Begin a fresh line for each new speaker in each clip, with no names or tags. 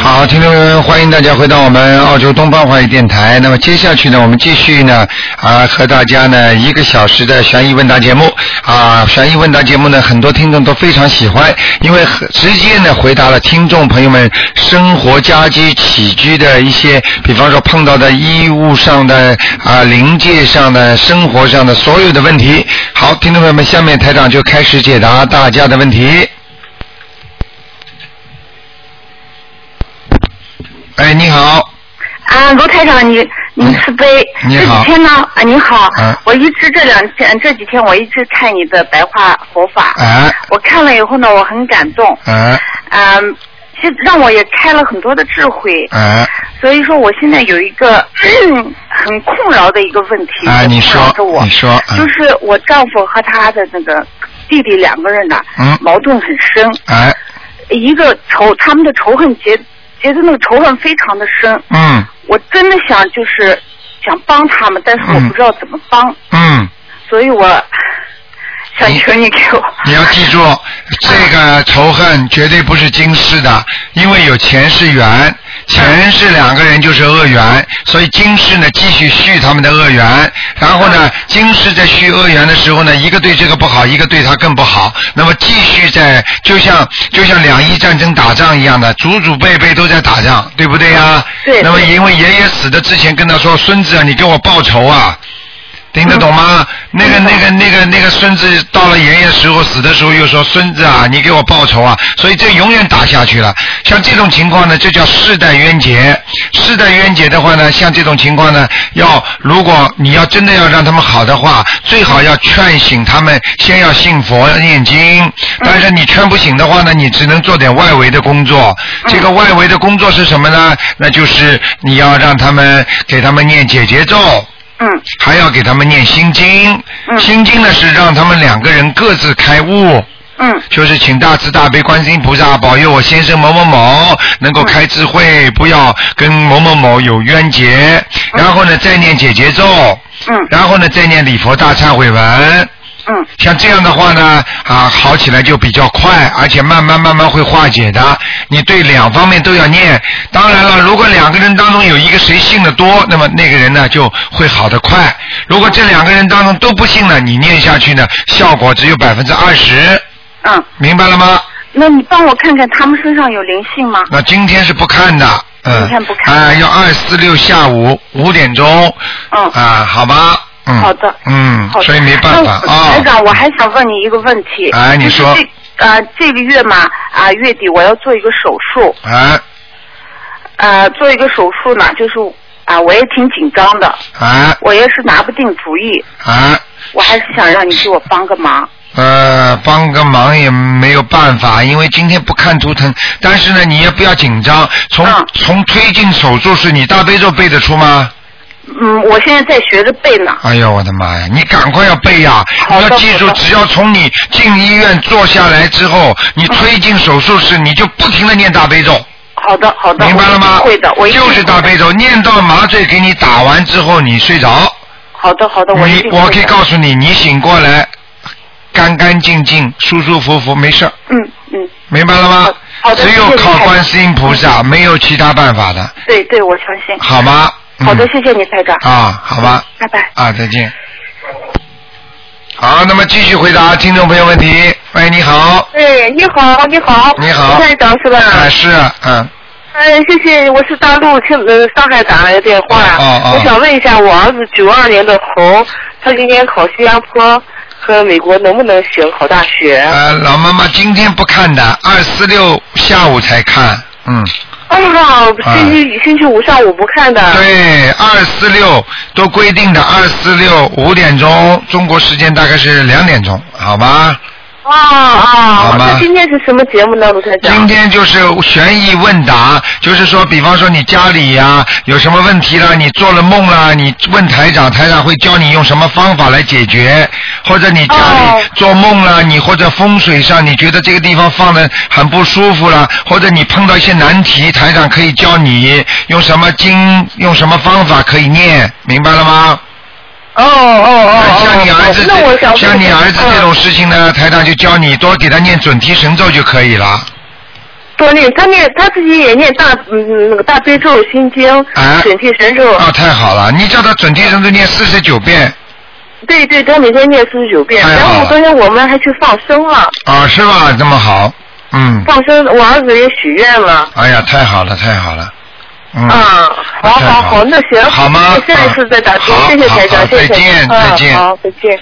好，听众朋友们，欢迎大家回到我们澳洲东方华语电台。那么接下去呢，我们继续呢啊和大家呢一个小时的悬疑问答节目啊，悬疑问答节目呢，很多听众都非常喜欢，因为很直接呢回答了听众朋友们生活家居起居的一些，比方说碰到的衣物上的啊临界上的生活上的所有的问题。好，听众朋友们，下面台长就开始解答大家的问题。哎，你好，
啊，罗台长，你您慈悲。
嗯你好
这几天呢？啊，您好。
嗯
我一直这两天这几天我一直看你的白话佛法，
哎
我看了以后呢，我很感动。
哎
嗯，是让我也开了很多的智慧。
哎。
所以说，我现在有一个 很困扰的一个问题，
嗯啊，你说
困扰着，我
你，说，嗯
就是我丈夫和他的那个弟弟两个人呢，
嗯，
矛盾很深，
哎，
一个仇，他们的仇恨结结的那个仇恨非常的深。
嗯
我真的想就是想帮他们，但是我
嗯
不知道怎么帮，
嗯，
所以我想求你给我。
你要记住，
啊
这个仇恨绝对不是今世的，因为有前世缘，前世两个人就是恶缘，所以今世呢继续续他们的恶缘，然后呢，今世在续恶缘的时候呢，一个对这个不好，一个对他更不好，那么继续在就像就像两伊战争打仗一样的，祖祖辈辈都在打仗，对不对呀？
对
那么因为爷爷死的之前跟他说，孙子啊，你给我报仇啊。听得懂吗？那个、那个、那个、那个孙子到了爷爷时候死的时候又说：“孙子啊，你给我报仇啊！”所以这永远打下去了。像这种情况呢，这叫世代冤结。世代冤结的话呢，像这种情况呢，要如果你要真的要让他们好的话，最好要劝醒他们，先要信佛要念经。但是你劝不醒的话呢，你只能做点外围的工作。这个外围的工作是什么呢？那就是你要让他们给他们念解结咒。
嗯
还要给他们念心经。
嗯
心经呢是让他们两个人各自开悟，
嗯
就是请大慈大悲观世音菩萨保佑我先生某某某能够开智慧，不要跟某某某有冤结。然后呢，再念解结咒，
嗯
然后呢，再念礼佛大忏悔文。
嗯
像这样的话呢，啊，好起来就比较快，而且慢慢慢慢会化解的。你对两方面都要念。当然了，如果两个人当中有一个谁信的多，那么那个人呢就会好得快。如果这两个人当中都不信呢，你念下去呢，效果只有百分之二十，
嗯，
明白了吗？
那你帮我看看他们身上有灵性吗？
那今天是不看的，嗯，
今天不看
啊、要二四六下午五点钟，
嗯
啊、好吧，嗯，
好的
嗯
好，的
所以没办法
那
啊
台，长，我还想问你一个问题。
哎你
就是
说
这呃，这个月嘛，啊、月底我要做一个手术，
哎
呃，做一个手术呢，就是啊、我也挺紧张的，
哎
我也是拿不定主意，
哎。
我还是想让你给我帮个忙。
呃，帮个忙也没有办法，因为今天不看图腾。但是呢，你也不要紧张。从、
嗯
从推进手术室，你大悲咒背得出吗？
嗯，我现在在学着背呢。
哎呦，我的妈呀！你赶快要背呀！
好
你
的
要记住
好，的
只要从你进医院坐下来之后，你推进手术室，你就不停的念大悲咒。
好的，好的，
明白了吗？
我一定嗯会的，我一定
就是大悲咒，念到麻醉给你打完之后，你睡着。
好的，好的，嗯我一
你
定会
我
的。
可以告诉你，你醒过来，干干净净、舒舒服服，没事儿。
嗯嗯，
明白了吗？
好的
只有
谢谢嗯
靠
台长
观世音菩萨，没有其他办法的，
对对，我相信。
好吗？嗯
好的，谢谢你，台长。
啊，好吧，
拜拜。
啊，再见。好，那么继续回答听众朋友问题。喂，你好，
哎，你好，你好，
你好
台长是吧？
啊，是，嗯，
哎，谢谢，我是大陆青呃上海打来的电话，
哦哦
我想问一下，我儿子九二年的猴，他今年考新加坡和美国能不能行考大学？
哎
呃，老妈妈今天不看的，二四六下午才看，嗯，
哦，星期、星期五上午不看的。
啊
对，二四六都规定的，二四六五点钟，中国时间大概是两点钟，好
啊
吗？
哦哦
好，吗
那今天是什么节目呢，卢台长？
今天就是悬疑问答，就是说，比方说你家里呀、有什么问题啦，你做了梦啦，你问台长，台长会教你用什么方法来解决，或者你家
哦
里做梦啦，你或者风水上你觉得这个地方放的很不舒服啦，或者你碰到一些难题，台长可以教你用什么经，用什么方法可以念，明白了吗？
哦哦哦哦，
啊像你儿子
那我
这
想
像你儿子这种
嗯
事情呢，台长就教你多给他念准提神咒就可以了。
多念，他念他自己也念大嗯那个大悲咒心经
啊，
准提神咒，
哦，太好了！你叫他准提神咒念四十九遍
对对，他每天念四十九遍。
太
然
哎好
后
了
昨天我们还去放生了，
啊、是吧？这么好，嗯，
放生我儿子也许愿了。
哎呀，太好了，太好了，嗯，
啊，好
太好
好好，那行，
好吗
那下一次再打通
好，
谢谢台
好好
长，谢谢，
再见
嗯
再见
好，再见。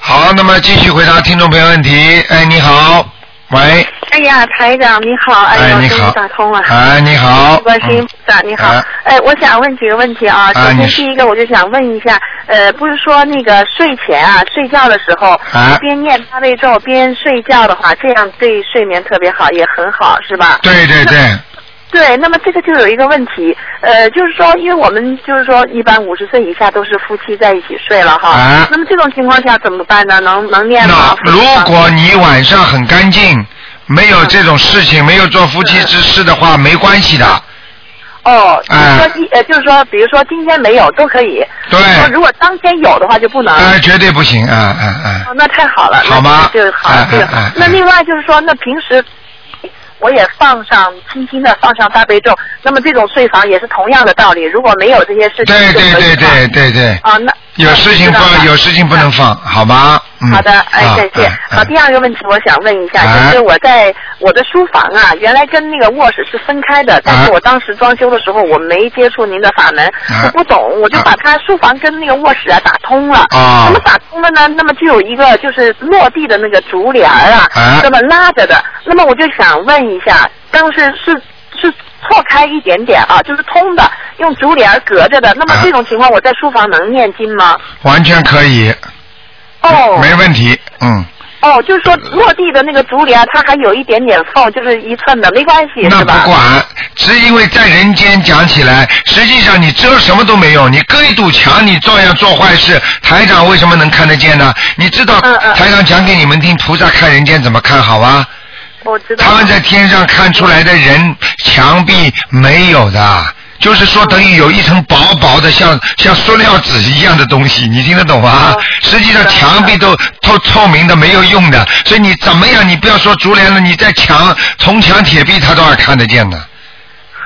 好，那么继续回答听众朋友问题。哎，你好，喂，
哎呀，台长你好，
哎，
呀，我
你
终
好
于打通了，。
哎，你好，
观世音菩萨，你好
啊，
哎，我想问几个问题啊。首
啊你
先，
是
第一个我就想问一下，呃，不是说那个睡前啊，睡觉的时候
啊
边念大悲咒边睡觉的话，这样对睡眠特别好，也很好，是吧？
对对 对，
对，那么这个就有一个问题，呃，就是说，因为我们就是说，一般五十岁以下都是夫妻在一起睡了哈，
啊
那么这种情况下怎么办呢？能能念吗
那？如果你晚上很干净，没有这种事情，没有做夫妻之事的
嗯
话，没关系的，
哦，就是
哎
说今呃，就是说，比如说今天没有都可以，
对，
说如果当天有的话就不能。
哎，绝对不行，啊啊啊！
哦，那太好了，
好吗
那这个就好
哎
了，这个
哎哎
好。那另外就是说，那平时我也放上轻轻的放上大悲咒，那么这种睡房也是同样的道理，如果没有这些事情
对
就可
对
以
对
放
对对对，
啊，那
有事情不有事情不能。放，好吗？嗯。
好的，哎，
啊
再见。好，第。
啊
二个问题我想问一下，
哎
就是我在我的书房啊，原来跟那个卧室是分开的，但
哎
是我当时装修的时候我没接触您的法门，
啊
我不懂，我就把它书房跟那个卧室啊打通了。
啊
那么打通了呢，那么就有一个就是落地的那个竹帘儿
哎
啊，那么拉着的。那么我就想问一下，当时是是错开一点点啊，就是通的，用竹帘儿隔着的。那么
哎
这种情况，我在书房能念经吗？
完全可以，
哦，
没问题，嗯，
哦，就是说落地的那个竹帘，它还有一点点缝，就是一寸的，没关系，
那
是吧？
不管，只因为在人间讲起来，实际上你遮什么都没用，你隔一堵墙，你照样做坏事。台长为什么能看得见呢？你知道
嗯嗯
台长讲给你们听，菩萨看人间怎么看好啊？
我哦知道。
他们在天上看出来的人墙壁没有的，就是说等于有一层薄薄的像像塑料纸一样的东西，你听得懂吗
哦？
实际上墙壁都透透明的，没有用的，所以你怎么样，你不要说竹帘了，你在墙铜墙铁壁他都要看得见的，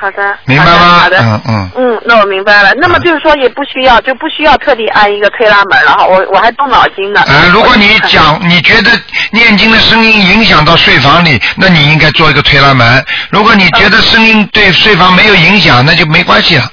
好的，
明白吗？
好的，好
嗯
的
嗯。
嗯，那我明白了。那么就是说，也不需要，就不需要特地安一个推拉门了哈。我我还动脑筋呢。
呃，如果你讲你觉得念经的声音影响到睡房里，那你应该做一个推拉门。如果你觉得声音对睡房没有影响，那就没关系了。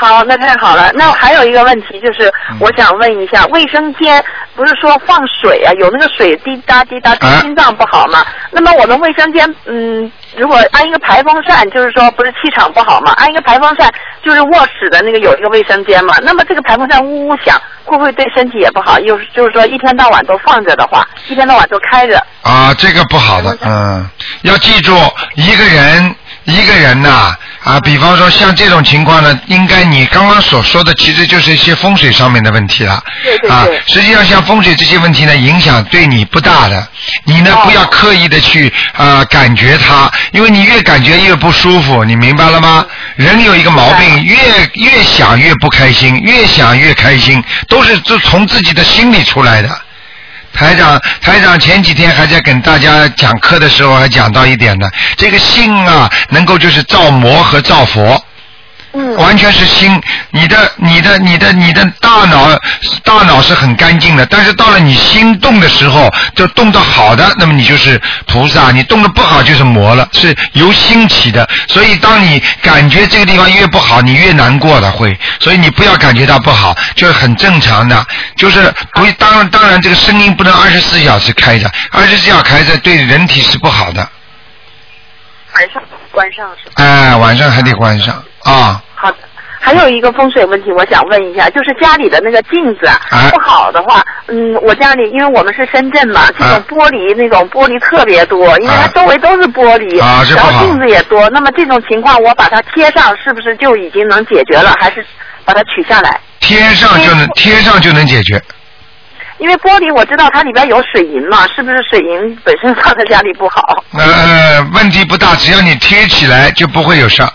好，那太好了。那还有一个问题就是，我想问一下，卫生间不是说放水啊，有那个水滴答滴答对
啊
心脏不好吗？那么我们卫生间，嗯，如果安一个排风扇，就是说不是气场不好嘛，安一个排风扇，就是卧室的那个有一个卫生间嘛，那么这个排风扇呜呜响，会不会对身体也不好？又是就是说一天到晚都放着的话，一天到晚都开着，
啊，这个不好的，嗯，要记住，一个人一个人呐、啊，比方说像这种情况呢，应该你刚刚所说的，其实就是一些风水上面的问题了，
对对
啊
对，
实际上像风水这些问题呢，影响对你不大的，你呢
哦
不要刻意的去啊、感觉它，因为你越感觉越不舒服，你明白了吗？人有一个毛病，越越想越不开心，越想越开心，都是自从自己的心里出来的。台长，台长前几天还在跟大家讲课的时候，还讲到一点呢，这个心啊，能够就是造魔和造佛，
嗯
完全是心。你的、你的、你的、你的大脑，大脑是很干净的，但是到了你心动的时候，就动到好的，那么你就是菩萨；你动的不好就是魔了，是由心起的。所以，当你感觉这个地方越不好，你越难过的会。所以你不要感觉到不好，就是很正常的。就是不当然当然这个声音不能二十四小时开着，二十四小时开着对人体是不好的。
晚上关上是吧？
哎，晚上还得关上啊。
好的。还有一个风水问题，我想问一下，就是家里的那个镜子啊
哎
不好的话，嗯，我家里因为我们是深圳嘛，这种
哎
玻璃那种玻璃特别多，因为它
哎
周围都是玻璃，
啊这不
然
好
后镜子也多。那么这种情况，我把它贴上，是不是就已经能解决了？还是把它取下来？
贴上就能贴上就能解决，
因为玻璃我知道它里边有水银嘛，是不是水银本身放在家里不好？
呃，问题不大，只要你贴起来就不会有事儿。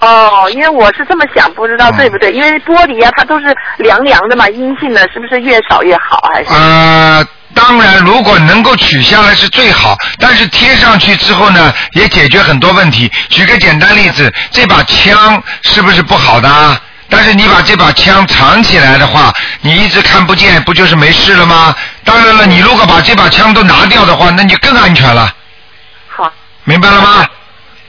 哦，因为我是这么想，不知道
嗯
对不对？因为玻璃呀、它都是凉凉的嘛，阴性的，是不是越少越好？还是？
呃，当然，如果能够取下来是最好，但是贴上去之后呢，也解决很多问题。举个简单例子，这把枪是不是不好的啊？但是你把这把枪藏起来的话，你一直看不见，不就是没事了吗？当然了，你如果把这把枪都拿掉的话，那你更安全了，
好，
明白了吗？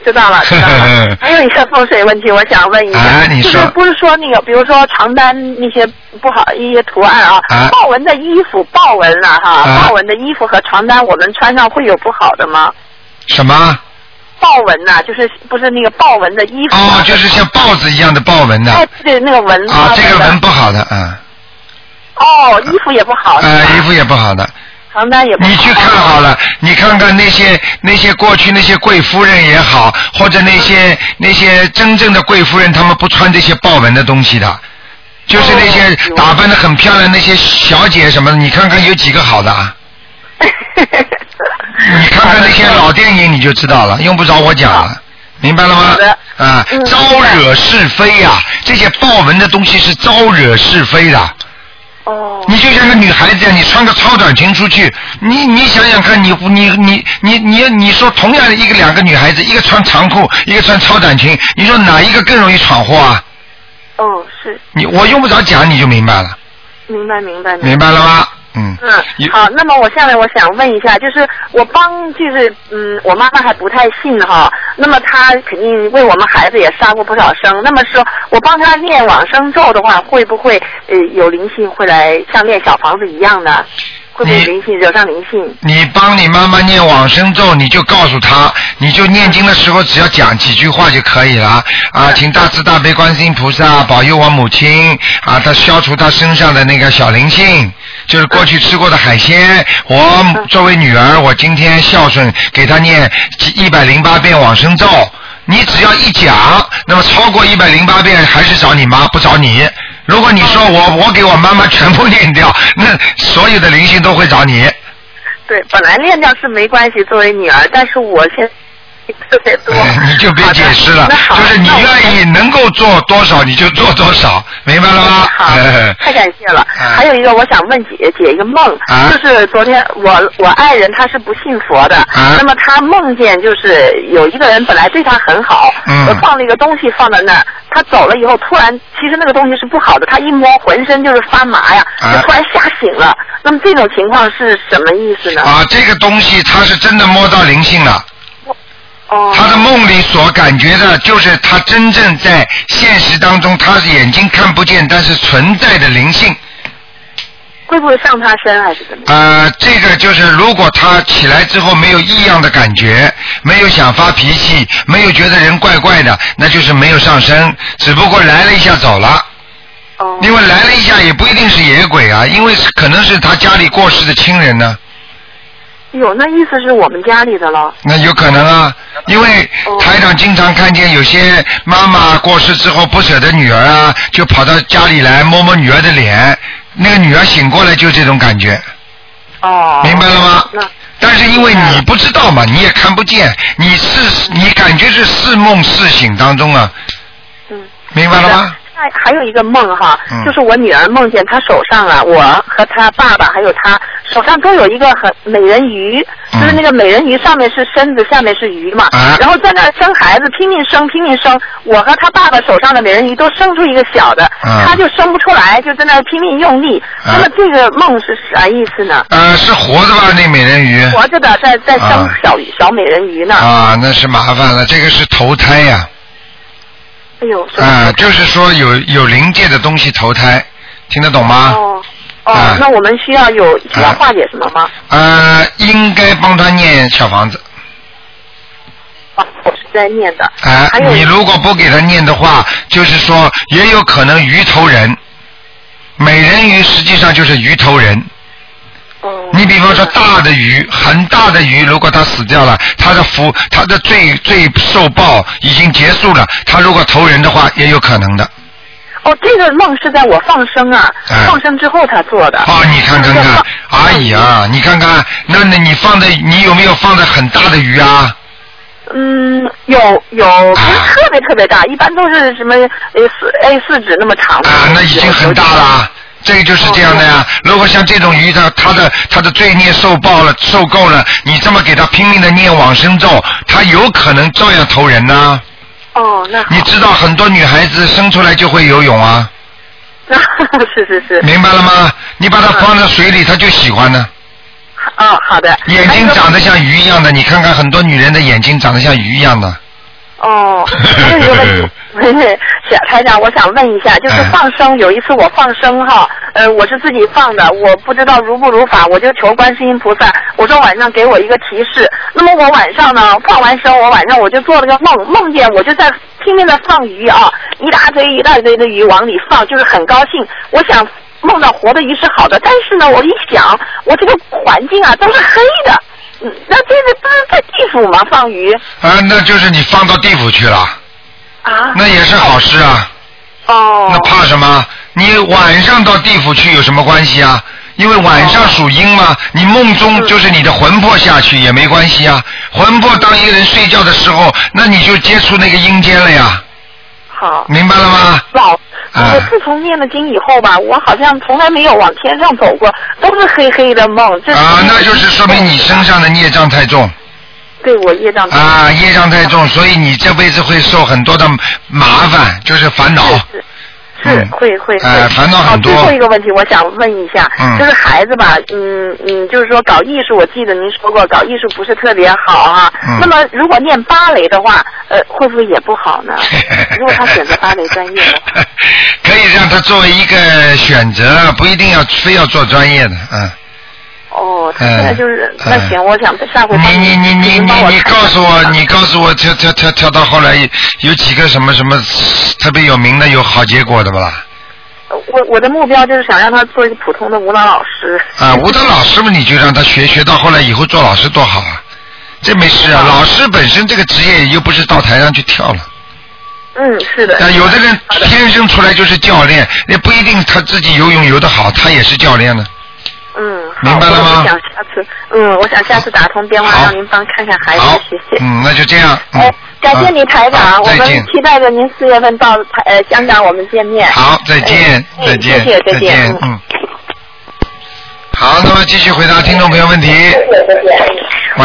知道 了，知道了。还有一个风水问题，我想问一下，
哎你
就
说
是不是说那个，比如说床单那些不好一些图案啊，
哎
豹纹的衣服，豹纹啊哈，
哎
豹纹的衣服和床单，我们穿上会有不好的吗？
什么？
豹纹呐、就是不是那个豹纹的衣服、啊？
哦，就是像豹子一样的豹纹的。
哎，对，那个纹
啊，这个
那
纹不好的，嗯，
哦，衣服也不好，
呃，
是吧
衣服也不好的。
床单也不好。
你去看 好了，你看看那些那些过去那些贵夫人也好，或者那些那些真正的贵夫人，她们不穿这些豹纹的东西的，就是那
哦
些打扮的很漂亮那些小姐什么的，你看看有几个好的啊？你看看那些老电影你就知道了，用不着我讲了。明白了吗
好的？
啊，
嗯
招惹是非呀、这些豹纹的东西是招惹是非的。
哦，
你就像个女孩子呀，你穿个超短裙出去，你你想想看，你你你你你你说同样的一个两个女孩子，一个穿长裤，一个穿超短裙，你说哪一个更容易闯祸啊？
哦，是
你我用不着讲你就明白了，
明白明白明白
明。白了吗？嗯。
嗯，
有
好，那么我下面我想问一下，就是我帮，就是嗯，我妈妈还不太信哈，那么她肯定为我们孩子也杀过不少生，那么说我帮她念往生咒的话，会不会呃有灵性会来像念小房子一样呢？会不会
你
灵性惹上灵性？
你帮你妈妈念往生咒，你就告诉她，你就念经的时候只要讲几句话就可以了啊！请大慈大悲观世音菩萨保佑我母亲啊，她消除她身上的那个小灵性，就是过去吃过的海鲜。我作为女儿，我今天孝顺，给她念一百零八遍往生咒。你只要一讲，那么超过一百零八遍还是找你妈，不找你。如果你说我我给我妈妈全部念掉，那所有的灵性都会找你。
对，本来念掉是没关系，作为女儿，但是我现在特别 多
哎，你就别解释了
好的那，好
就是你
那我
愿意能够做多少你就做多少，明白了吗？
好
哎，
太感谢了。
哎
还有一个，我想问姐姐一个梦，
啊
就是昨天我我爱人他是不信佛的，
啊
那么他梦见就是有一个人本来对他很好，
嗯
我放了一个东西放在那儿，他走了以后突然，其实那个东西是不好的，他一摸浑身就是发麻呀，
啊
就突然吓醒了。那么这种情况是什么意思呢？
啊，这个东西他是真的摸到灵性了，
哦，
他的梦里所感觉的就是他真正在现实当中他是眼睛看不见，但是存在的灵性。
会不会上他身还是怎么样？
呃，这个就是如果他起来之后没有异样的感觉，没有想发脾气，没有觉得人怪怪的，那就是没有上升，只不过来了一下走了。
哦，
因为来了一下也不一定是野鬼啊，因为是可能是他家里过世的亲人呢、
有那意思是我们家里的了。
那有可能啊。因为台长经常看见有些妈妈过世之后不舍得女儿啊，就跑到家里来摸摸女儿的脸，那个女儿醒过来就这种感觉，
哦，
明白了吗
那？
但是因为你不知道嘛，你也看不见，你是你感觉是似梦似醒当中啊，
嗯。
明白了吗？
还还有一个梦哈，
嗯
就是我女儿梦见她手上啊，我和她爸爸还有她手上都有一个很美人鱼，
嗯
就是那个美人鱼上面是身子，下面是鱼嘛，
啊
然后在那儿生孩子，拼命生，拼命生，我和她爸爸手上的美人鱼都生出一个小的，
嗯
她就生不出来，就在那儿拼命用力。
啊
那么这个梦是啥意思呢？
呃，是活着吧？那美人鱼
活着的在在生
啊
小鱼小美人鱼呢，
嗯啊，那是麻烦了，这个是投胎呀、
哎呦，是吧
啊、就是说有有灵界的东西投胎，听得懂吗？
哦哦
啊，
那我们需要有需要
啊
化解什么吗？
呃，应该帮他念小房子，
啊，我是在念的。
啊
还，有
你如果不给他念的话，就是说也有可能鱼头人，美人鱼实际上就是鱼头人。
嗯，
你比方说大的鱼，很大的鱼，如果它死掉了，它的福，它的罪罪受报已经结束了，它如果投人的话，也有可能的。
哦，这个梦是在我放生啊，
哎
放生之后他做的。
啊，你看看
那
看
放，
哎呀，你看看，那那你放的，你有没有放的很大的鱼啊？
嗯，有有，不是特别特别大，一般都是什么呃四 A 四纸那么长的。
啊，那已经很大了。啊这个就是这样的呀。如果像这种鱼，它它的它的罪孽受报了，受够了，你这么给它拼命的念往生咒，它有可能照样投人呐。
哦，那好
你知道很多女孩子生出来就会游泳啊，
那 是是是，
明白了吗？你把它放在水里，它就喜欢呢。
哦，好的。
眼睛长得像鱼一样的，你看看很多女人的眼睛长得像鱼一样的。
哦，还有一个问题，小台长，我想问一下，就是
哎
放生，有一次我放生哈，呃，我是自己放的，我不知道如不如法，我就求观世音菩萨，我说晚上给我一个提示。那么我晚上呢，放完生，我晚上我就做了个梦，梦见我就在拼命的放鱼啊，一大堆一大堆的鱼往里放，就是很高兴，我想。梦到活的鱼是好的，但是呢，我一想，我这个环境啊都是黑的，嗯，那这个不是在地府吗？放鱼
啊，那就是你放到地府去了，
啊？
那也是好事啊。
哦，
那怕什么？你晚上到地府去有什么关系啊？因为晚上属阴嘛，
哦
你梦
嗯
中就是你的魂魄下去也没关系啊。魂魄当一个人睡觉的时候，那你就接触那个阴间了呀，
好，
明白了吗？
老，
啊
我自从念了经以后吧，我好像从来没有往天上走过，都是黑黑的梦。这
啊，那就是说明你身上的孽障太重
对我业障大
啊，业障太重，所以你这辈子会受很多的麻烦，就是烦恼。
是是
嗯
会会
哎
会。
烦恼
好
很多
最后一个问题，我想问一下，
嗯
就是孩子吧，嗯嗯，就是说搞艺术，我记得您说过搞艺术不是特别好啊。
嗯？
那么如果念芭蕾的话，呃，会不会也不好呢 如果他选择芭蕾专业的话，
可以让他作为一个选择，不一定要非要做专业的，嗯。
哦，他现在就是
嗯
那行，我想下回
你
帮
你你你
您
你
帮我
你
看
告诉我，
看
你告诉我，跳跳跳跳到后来有几个什么什么特别有名的有好结果的不啦？
呃我我的目标就是想让他做一个普通的舞蹈老师。
啊，舞蹈老师嘛，你就让他学学到后来以后做老师多好啊，这没事啊。老师本身这个职业又不是到台上去跳了。
嗯，是的。
啊，有的人
好的
天生出来就是教练，也不一定他自己游泳游得好，他也是教练呢。
嗯，好
明白了吗
我想下次，嗯，我想下次打通电
好
话让您帮看看孩子
好，，
哎谢谢。
嗯，那就这样。嗯
哎，感谢你台
好
长，我
再
们
见。
期待着您四月份到台呃香港我们见面。
好，再见，
哎
嗯
再见，
谢谢再见嗯
嗯。好，那么继续回答听众朋友问题。喂，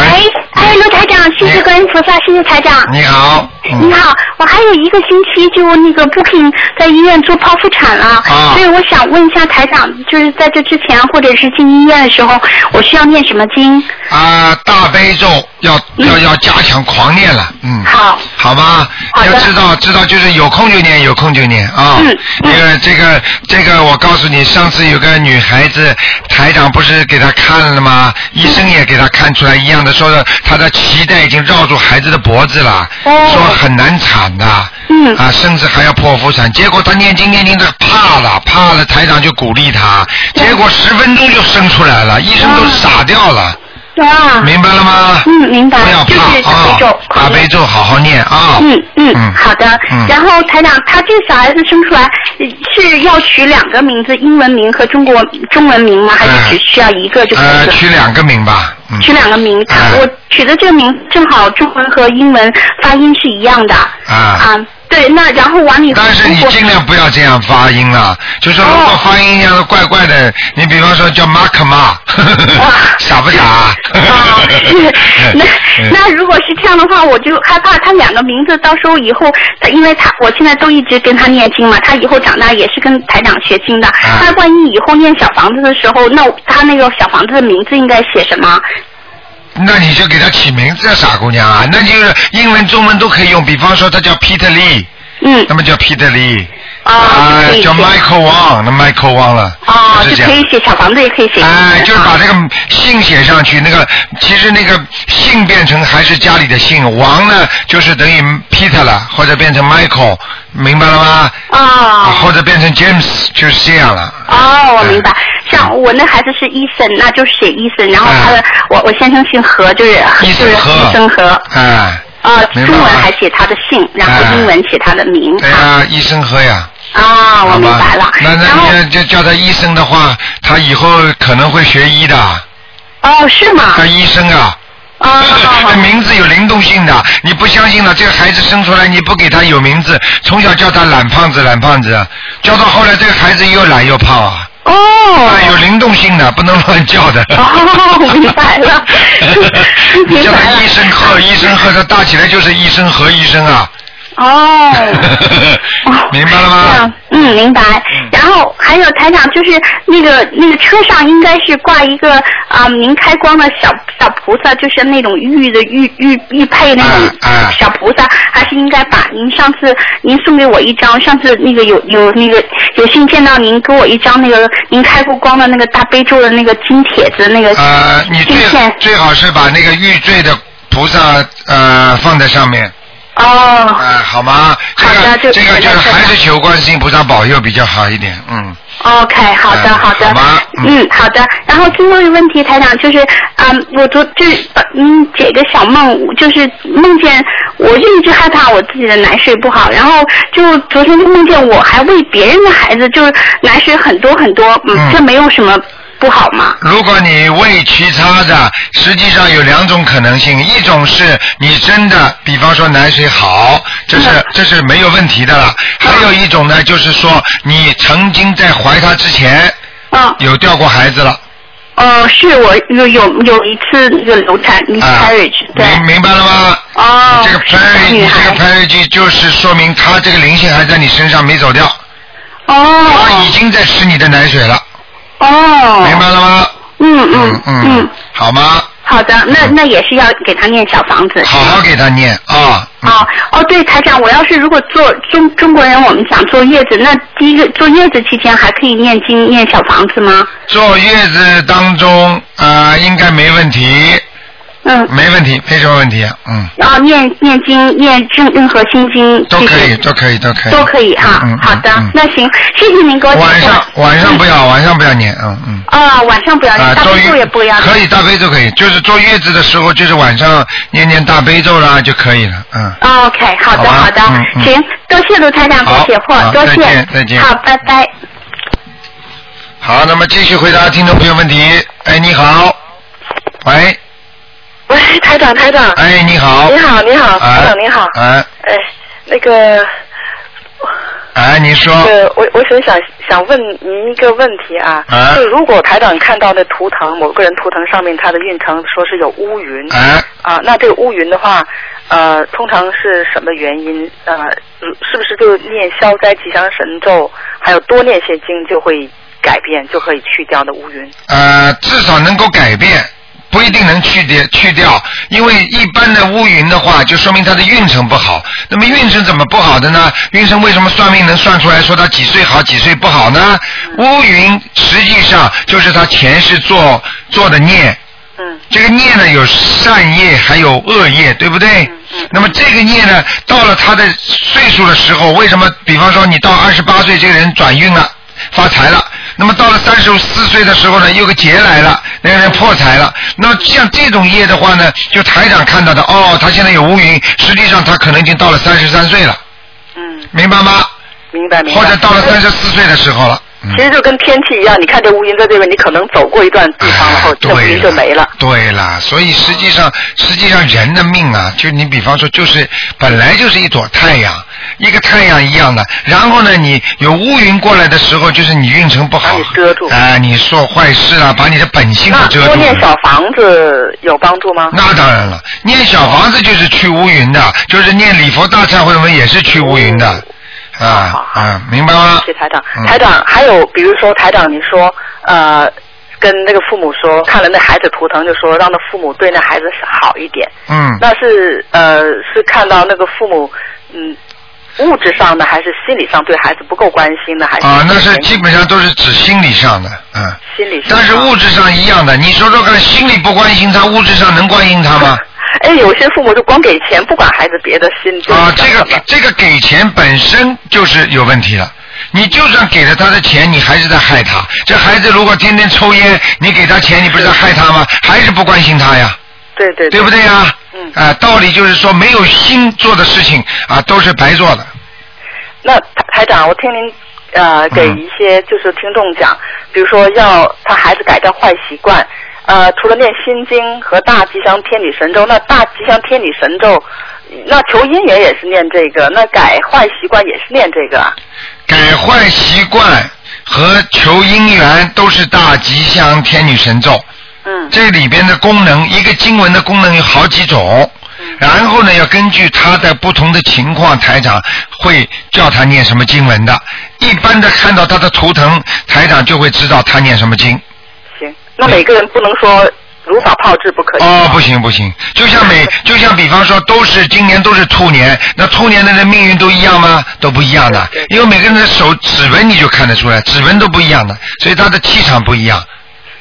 喂，哎，卢台长，谢谢观音菩萨，谢谢台长。
你好，嗯
你好，我还有一个星期就那个 booking 在医院做剖腹产了，
啊
所以我想问一下台长，就是在这之前或者是进医院的时候，我需要念什么经？
啊，大悲咒要要要加强狂念了，嗯，
嗯好，
好吧，
好的
要知道知道，就是有空就念，有空就念啊。
嗯
因
嗯
为这个这个，我告诉你，上次有个女孩子，台长不是给她看了吗？
嗯
医生也给她看出来一样的，说的她的脐带已经绕住孩子的脖子了，
哦
说很难产的。
嗯
啊，甚至还要剖腹产，结果她念经念经，她怕了，怕了，台长就鼓励她，结果十分钟就生出来了，医生都傻掉了，
哇，
明白了吗？
啊嗯，明白
不要，
就
怕
是大悲咒
啊，，大
狂念
悲咒好好念啊。
嗯
嗯
嗯，好的
嗯。
然后台长，他这小孩子生出来呃是要取两个名字，英文名和中国中文名吗？还
哎
是只需要一个就可以
呃，
了？
取两个名吧。嗯。
取两个名，字
哎，
我取的这个名正好中文和英文发音是一样的。
啊。
啊，对，那然后完了以后，
但是
如
你
果
尽量不要这样发音了，就是如果
哦
发音这样的怪怪的，你比方说叫马 可嘛，傻不傻？
啊，是 那
嗯
那如果是这样的话，我就害怕他两个名字，到时候以后他，因为他我现在都一直跟他念经嘛，他以后长大也是跟台长学经的。
啊
那万一以后念小房子的时候，那他那个小房子的名字应该写什么？
那你就给他起名字啊，傻姑娘啊，那就是英文、中文都可以用，比方说他叫 Peter Lee，
嗯
那么叫 Peter Lee，
啊
啊
可以
叫
写
Michael Wang，那 Michael Wang 了，
哦，
是
就
这
可
样
以。写小房子，也可以写。
哎，就是把
啊
这个姓写上去，那个其实那个姓变成还是家里的姓，王呢就是等于 Peter 了，或者变成 Michael，明白了吗？啊
哦
或者变成 James，就是这样了。
哦，我
嗯
明白。像我那孩子是医生，那就是写医生，然后他的、我我先生姓何，就是
嗯医
就
生
是
和
医生何
哎，
啊、
明白
中文
了
还写他的姓，然
哎
后英文写他的名
对
啊。
啊，医生和呀。
啊、我
好
明
吧
白了。
那
然后
那你就叫他医生的话，他以后可能会学医的，
哦，是吗？
他医生啊。
哦哦
这名字有灵动性的，你不相信了？这个孩子生出来，你不给他有名字，从小叫他懒胖子，懒胖子，叫到后来这个孩子又懒又胖啊，
哦。
啊有灵动性的，不能乱叫的。
哦明白 了
你叫
明白
他
了
医生和医生和，他大起来就是医生和医生啊。。
哦
明白了吗
这样嗯，明白。然后还有台长，就是那个那个车上应该是挂一个啊、明开光的小小菩萨，就是那种玉的玉玉玉佩那种
啊啊
小菩萨，还是应该把您上次您送给我一张，上次那个有有那个有幸见到您给我一张那个您开过光的那个大悲咒的那个金帖子那个
呃，你
金
最
线。
最好是把那个玉坠的菩萨呃放在上面，
哦
啊，好吗？这
好的
个
就
这个
我
就是
来
还
看
是求观世音菩萨保佑比较好一点，嗯。
OK，好的，
嗯
好的，
好吗嗯
嗯，好的。然后最后一个问题，台长就是，嗯，我昨就是把嗯解个小梦，就是梦见我就一直害怕我自己的奶水不好，然后就昨天就梦见我还喂别人的孩子，就是奶水很多很多，嗯，
嗯
这没有什么不好吗？
如果你胃其他的，实际上有两种可能性，一种是你真的，比方说奶水好，这是
嗯
这是没有问题的了；还有一种呢，就是说你曾经在怀他之前
嗯，
有掉过孩子了。
呃，是我有有有一次那个流产
啊
miscarriage，、，对，嗯
明明白了吗？
哦
你这个
是小
parage，
女
你这
孩
个 parage 就是说明他这个灵性还在你身上没走掉，他已
哦
经在吃你的奶水了，
哦，
明白了吗？
嗯嗯
嗯嗯，好吗？
好的，那那也是要给他念小房子，
嗯好好给他念啊。嗯
哦哦，对，台长，我要是如果做中中国人，我们想坐月子，那第一个坐月子期间还可以念经念小房子吗？
坐月子当中啊、呃应该没问题，
嗯，
没问题，没什么问题，嗯，
哦，念念经念任任何心经，
都
这
可以，
些
都可以，都可以，
都可以哈。
嗯嗯
好的，
嗯
那行，谢谢您给我解
晚
释。
上晚上不要，晚上不要念，嗯嗯。
啊、晚上不要念，
啊，
大
坐
悲咒
月
也不要念。
可以大悲咒可以，就是坐月子的时候，就是晚上念念大悲咒啦就可以了，嗯。
OK，好的
好吧
的，
嗯嗯
行，多谢卢台长给我
好
解惑，
好
多
再
谢，
见再见
好，拜拜。
好，那么继续回答听众朋友问题。哎，你好，喂，
喂，台长，台
啊
长，
哎，你好，
你好，你好，
哎
台长你好，
哎
哎，那个，
哎，你说，
呃，我我想想想问您一个问题啊，
哎
就如果台长看到那图腾，某个人图腾上面他的运程说是有乌云
哎，
啊，那这个乌云的话，呃，通常是什么原因？呃，是不是就念消灾吉祥神咒，还有多念些经就会改变，就可以去掉的乌云？
呃，至少能够改变，不一定能去掉去掉，因为一般的乌云的话，就说明它的运程不好。那么运程怎么不好的呢？运程为什么算命能算出来说他几岁好几岁不好呢？乌云实际上就是他前世做做的孽。
嗯
这个孽呢有善业还有恶业，对不对？
嗯
那么这个孽呢，到了他的岁数的时候，为什么？比方说你到二十八岁，这个人转运了，发财了。那么到了三十四岁的时候呢，又个劫来了，那个人破财了。那么像这种业的话呢，就台长看到的，哦，他现在有乌云，实际上他可能已经到了三十三岁了，
嗯，
明白吗？
明白明白。
或者到了三
其
十四岁的时候了。嗯
实其实就跟天气一样，你看这乌云在这边，你可能走过一段地方，然后这乌
哎对
云就没了。
对了，所以实际上，实际上人的命啊，就你比方说，就是本来就是一朵太阳，一个太阳一样的。然后呢，你有乌云过来的时候，就是你运程不好，
把你遮住
啊、你做坏事啊，把你的本性
那
都遮住了。
多念小房子有帮助吗？
那当然了，念小房子就是去乌云的，就是念礼佛大忏悔文也是去乌云的，啊
嗯好好
啊，明白吗？
谢谢台长
嗯。
台长，还有比如说台长，你说呃，跟那个父母说，看了那孩子图腾，就说让那父母对那孩子好一点。
嗯，
那是呃，是看到那个父母，嗯，物质上的还是心理上对孩子不够关心呢？还是
啊，那是基本上都是指心理上的，嗯。
心理上
但是物质上一样的，你说说看，心里不关心他，物质上能关心他 吗？
哎，有些父母就光给钱，不管孩子别的心
啊，这个这个给钱本身就是有问题了。你就算给了他的钱，你还是在害他。这孩子如果天天抽烟，你给他钱，你不是在害他吗？还是不关心他呀，
对对
对不对呀？
嗯
啊，道理就是说，没有心做的事情啊，都是白做的。
那台台长，我听您呃给一些就是听众讲，比如说要他孩子改掉坏习惯，呃，除了念心经和大吉祥天女神咒，那大吉祥天女神咒，那求姻缘也是念这个，那改坏习惯也是念这个啊。
改坏习惯和求姻缘都是大吉祥天女神咒。
嗯
这里边的功能，一个经文的功能有好几种，然后呢，要根据他的不同的情况，台长会叫他念什么经文的。一般的看到他的图腾，台长就会知道他念什么经。
行，那每个人不能说如法炮制不可以。
哦，不行不行，就像 每就像比方说，都是今年都是兔年，那兔年的人命运都一样吗？都不一样的，因为每个人的手指纹你就看得出来，指纹都不一样的，所以他的气场不一样。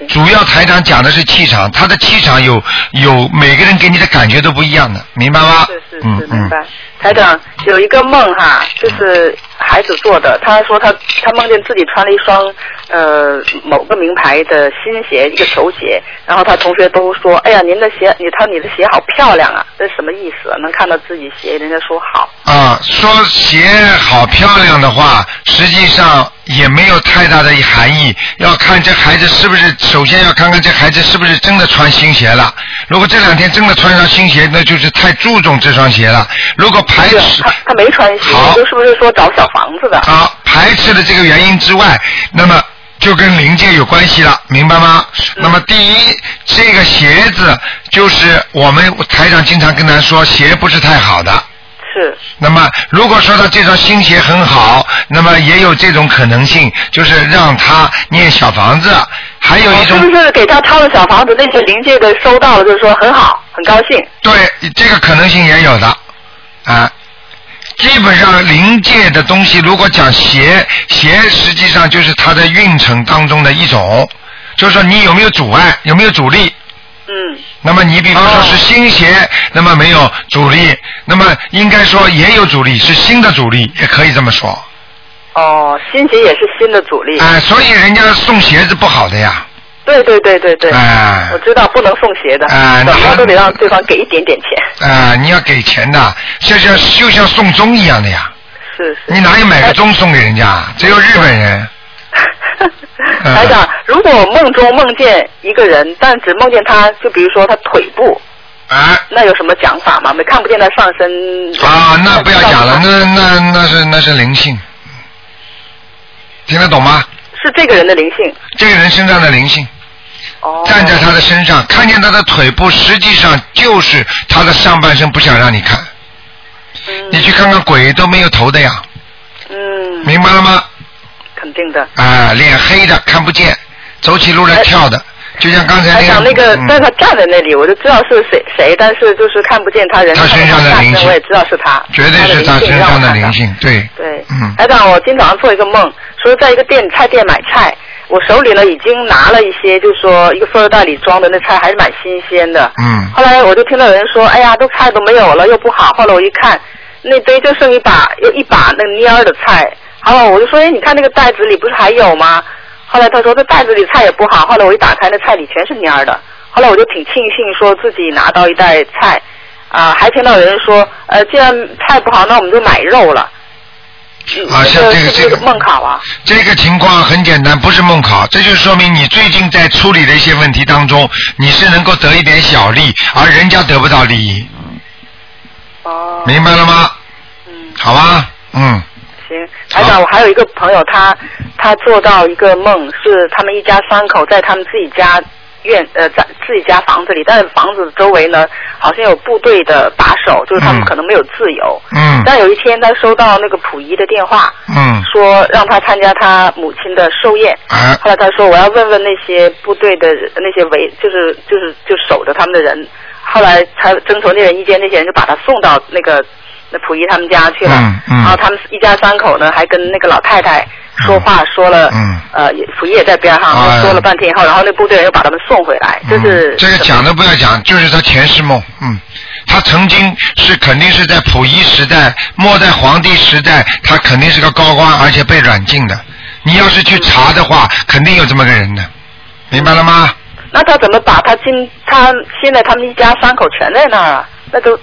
主要台长讲的是气场，他的气场有有每个人给你的感觉都不一样的，明白吗？
是是
嗯
是，明
嗯
白。台长有一个梦哈，就是孩子做的。他说他他梦见自己穿了一双呃某个名牌的新鞋，一个球鞋。然后他同学都说：“哎呀，您的鞋，你他说你的鞋好漂亮啊！”这什么意思啊？能看到自己鞋，人家说好。
啊，说鞋好漂亮的话，实际上也没有太大的含义。要看这孩子是不是，首先要看看这孩子是不是真的穿新鞋了。如果这两天真的穿上新鞋，那就是太注重这双鞋了。如果排
对，
斥
他啊他没穿鞋
哎好，
就是不是说找小房子的？
啊排斥的这个原因之外，那么就跟灵界有关系了，明白吗？那么第一，这个鞋子就是我们台长经常跟他说，鞋不是太好的。
是
那么，如果说他这双新鞋很好，那么也有这种可能性，就是让他念小房子。还有一种
是不是给他抄的小房子？那些临界的收到了，就是说很好，很高兴。
对这个可能性也有的啊。基本上灵界的东西，如果讲邪，邪实际上就是它的运程当中的一种，就是说你有没有阻碍，有没有阻力。
嗯，
那么你比方说是新鞋，那么没有阻力，那么应该说也有阻力，是新的阻力，也可以这么说。
哦，新鞋也是新的阻力。
哎、所以人家送鞋子不好的呀，
对对对对对。
哎、
我知道不能送鞋的，
哎
怎
那
么都得让对方给一点点钱。
哎、你要给钱的，就像就像送钟一样的呀，
是是。
你哪里买个钟送给人家？只有日本人。嗯
台长，如果我梦中梦见一个人，但只梦见他，就比如说他腿部，
啊
那有什么讲法吗？没看不见他上身。
啊，那不要讲了，那那那是那是灵性，听得懂吗？
是这个人的灵性。
这个人身上的灵性
哦。
站在他的身上，看见他的腿部，实际上就是他的上半身不想让你看。你去看看鬼都没有头的呀，
嗯，
明白了吗？
肯定的。
啊、脸黑的看不见，走起路来跳的，就像刚才
台
那样
哎长，那个，
嗯
但他站在那里，我就知道是谁谁，但是就是看不见他人。
他身上的
看不见
灵性
下身我也知道是他。
绝对是
他
他
的
身
让我
上的
看到
灵性，对，
对，
嗯
台长，我今早上做一个梦，说在一个店菜店买菜，我手里呢已经拿了一些，就是说一个塑料袋里装的那菜还是蛮新鲜的。
嗯，
后来我就听到有人说，哎呀，都菜都没有了，又不好。后来我一看，那堆就剩一把又一把那蔫儿的菜。后来我就说，哎，你看那个袋子里不是还有吗？后来他说这袋子里菜也不好。后来我一打开，那菜里全是蔫儿的。后来我就挺庆幸，说自己拿到一袋菜，啊、还听到有人说，呃，既然菜不好，那我们就买肉了。
啊，像这个
是
这
不
个
是梦考啊，
这个情况很简单，不是梦考，这就说明你最近在处理的一些问题当中，你是能够得一点小利，而人家得不到利益，
哦，
明白了吗？
嗯，
好吧，嗯，
行，台长，我还有一个朋友，他他做到一个梦，是他们一家三口在他们自己家院呃在自己家房子里，但是房子周围呢好像有部队的把守，就是他们
嗯
可能没有自由。
嗯
但有一天，他收到那个溥仪的电话，
嗯，
说让他参加他母亲的寿宴。
啊，
后来他说我要问问那些部队的人那些围就是就是就守着他们的人，后来才征求那人意见，那些人就把他送到那个那溥仪他们家去了。
嗯嗯
然后他们一家三口呢，还跟那个老太太说话，说了，
嗯
呃，也溥仪也在边上，
哎呀
说了半天以后，然后那部队人又把他们送回来，这是
嗯、这个讲都不要讲，就是他前世梦，嗯，他曾经是肯定是在溥仪时代、末代皇帝时代，他肯定是个高官，而且被软禁的。你要是去查的话，肯定有这么个人的，明白了吗？
那他怎么把他今他现在他们一家三口全在那儿啊？那都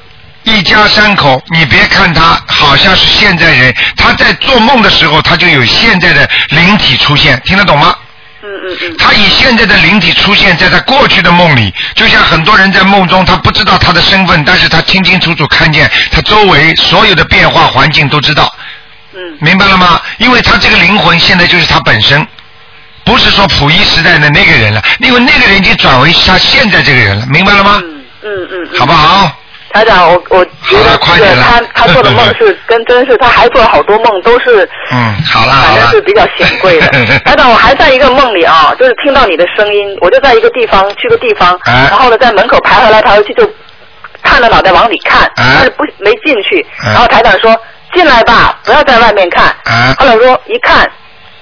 一家三口，你别看他好像是现在人，他在做梦的时候，他就有现在的灵体出现，听得懂吗？
嗯嗯嗯
他以现在的灵体出现在他过去的梦里，就像很多人在梦中，他不知道他的身份，但是他清清楚楚看见他周围所有的变化环境都知道，
嗯
明白了吗？因为他这个灵魂现在就是他本身，不是说溥仪时代的那个人了，因为那个人已经转为他现在这个人了，明白了吗？
嗯嗯嗯嗯，
好不好？
台长，我我觉
好了
得
快
这
点
个
了
他他做的梦 是跟真是，他还做了好多梦，都是
嗯， 好了好
反正
了。
是。比较显贵的 哎台长，我还在一个梦里啊，就是听到你的声音，我就在一个地方去个地方，
哎
然后呢在门口徘徊来徘徊去，就探着脑袋往里看，
哎
但是不没进去。
哎
然后台长说进来吧，不要在外面看。
哎
后来我说一看，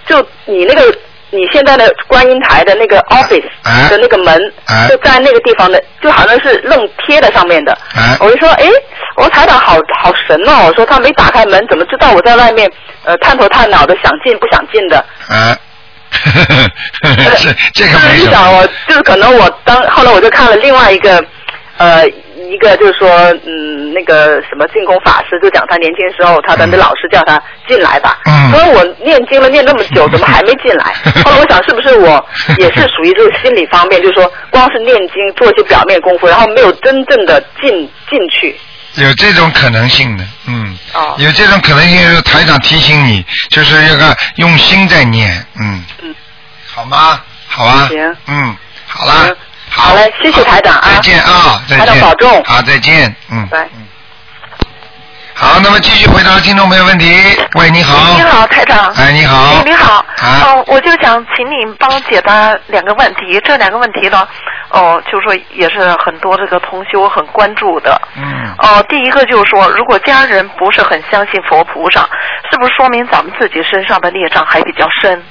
就你那个。你现在的观音台的那个 office
哎
的那个门，
哎
就在那个地方的，就好像是愣贴在上面的。
哎
我就说，哎，我说台长好好神哦！我说他没打开门，怎么知道我在外面呃探头探脑的想进不想进的？
啊，
呃
这这个没
一
什
想
么。
我就是可能我当后来我就看了另外一个呃一个就是说嗯那个什么进攻法师就讲他年轻时候他的
嗯
那老师叫他进来吧，
嗯？
所以我念经了念那么久怎么还没进来 后来我想是不是我也是属于这个心理方面，就是说光是念经做一些表面功夫，然后没有真正的进进去。
有这种可能性的，嗯，
哦
有这种可能性，就是台长提醒你，就是这个用心在念，嗯，
嗯，
好吗？好啊，
行
嗯，好啦
行，好嘞谢谢台长啊
再见啊，再见，
台长保重
好，再见，嗯，
拜
嗯，好，那么继续回答听众朋友问题，喂，你好，
你，好，台长。
哎，你好
哎，，你好，
啊
哦，我就想请你帮我解答两个问题。这两个问题呢，哦，就说也是很多这个同修很关注的。
嗯，
哦，第一个就是说，如果家人不是很相信佛菩萨，是不是说明咱们自己身上的孽障还比较深？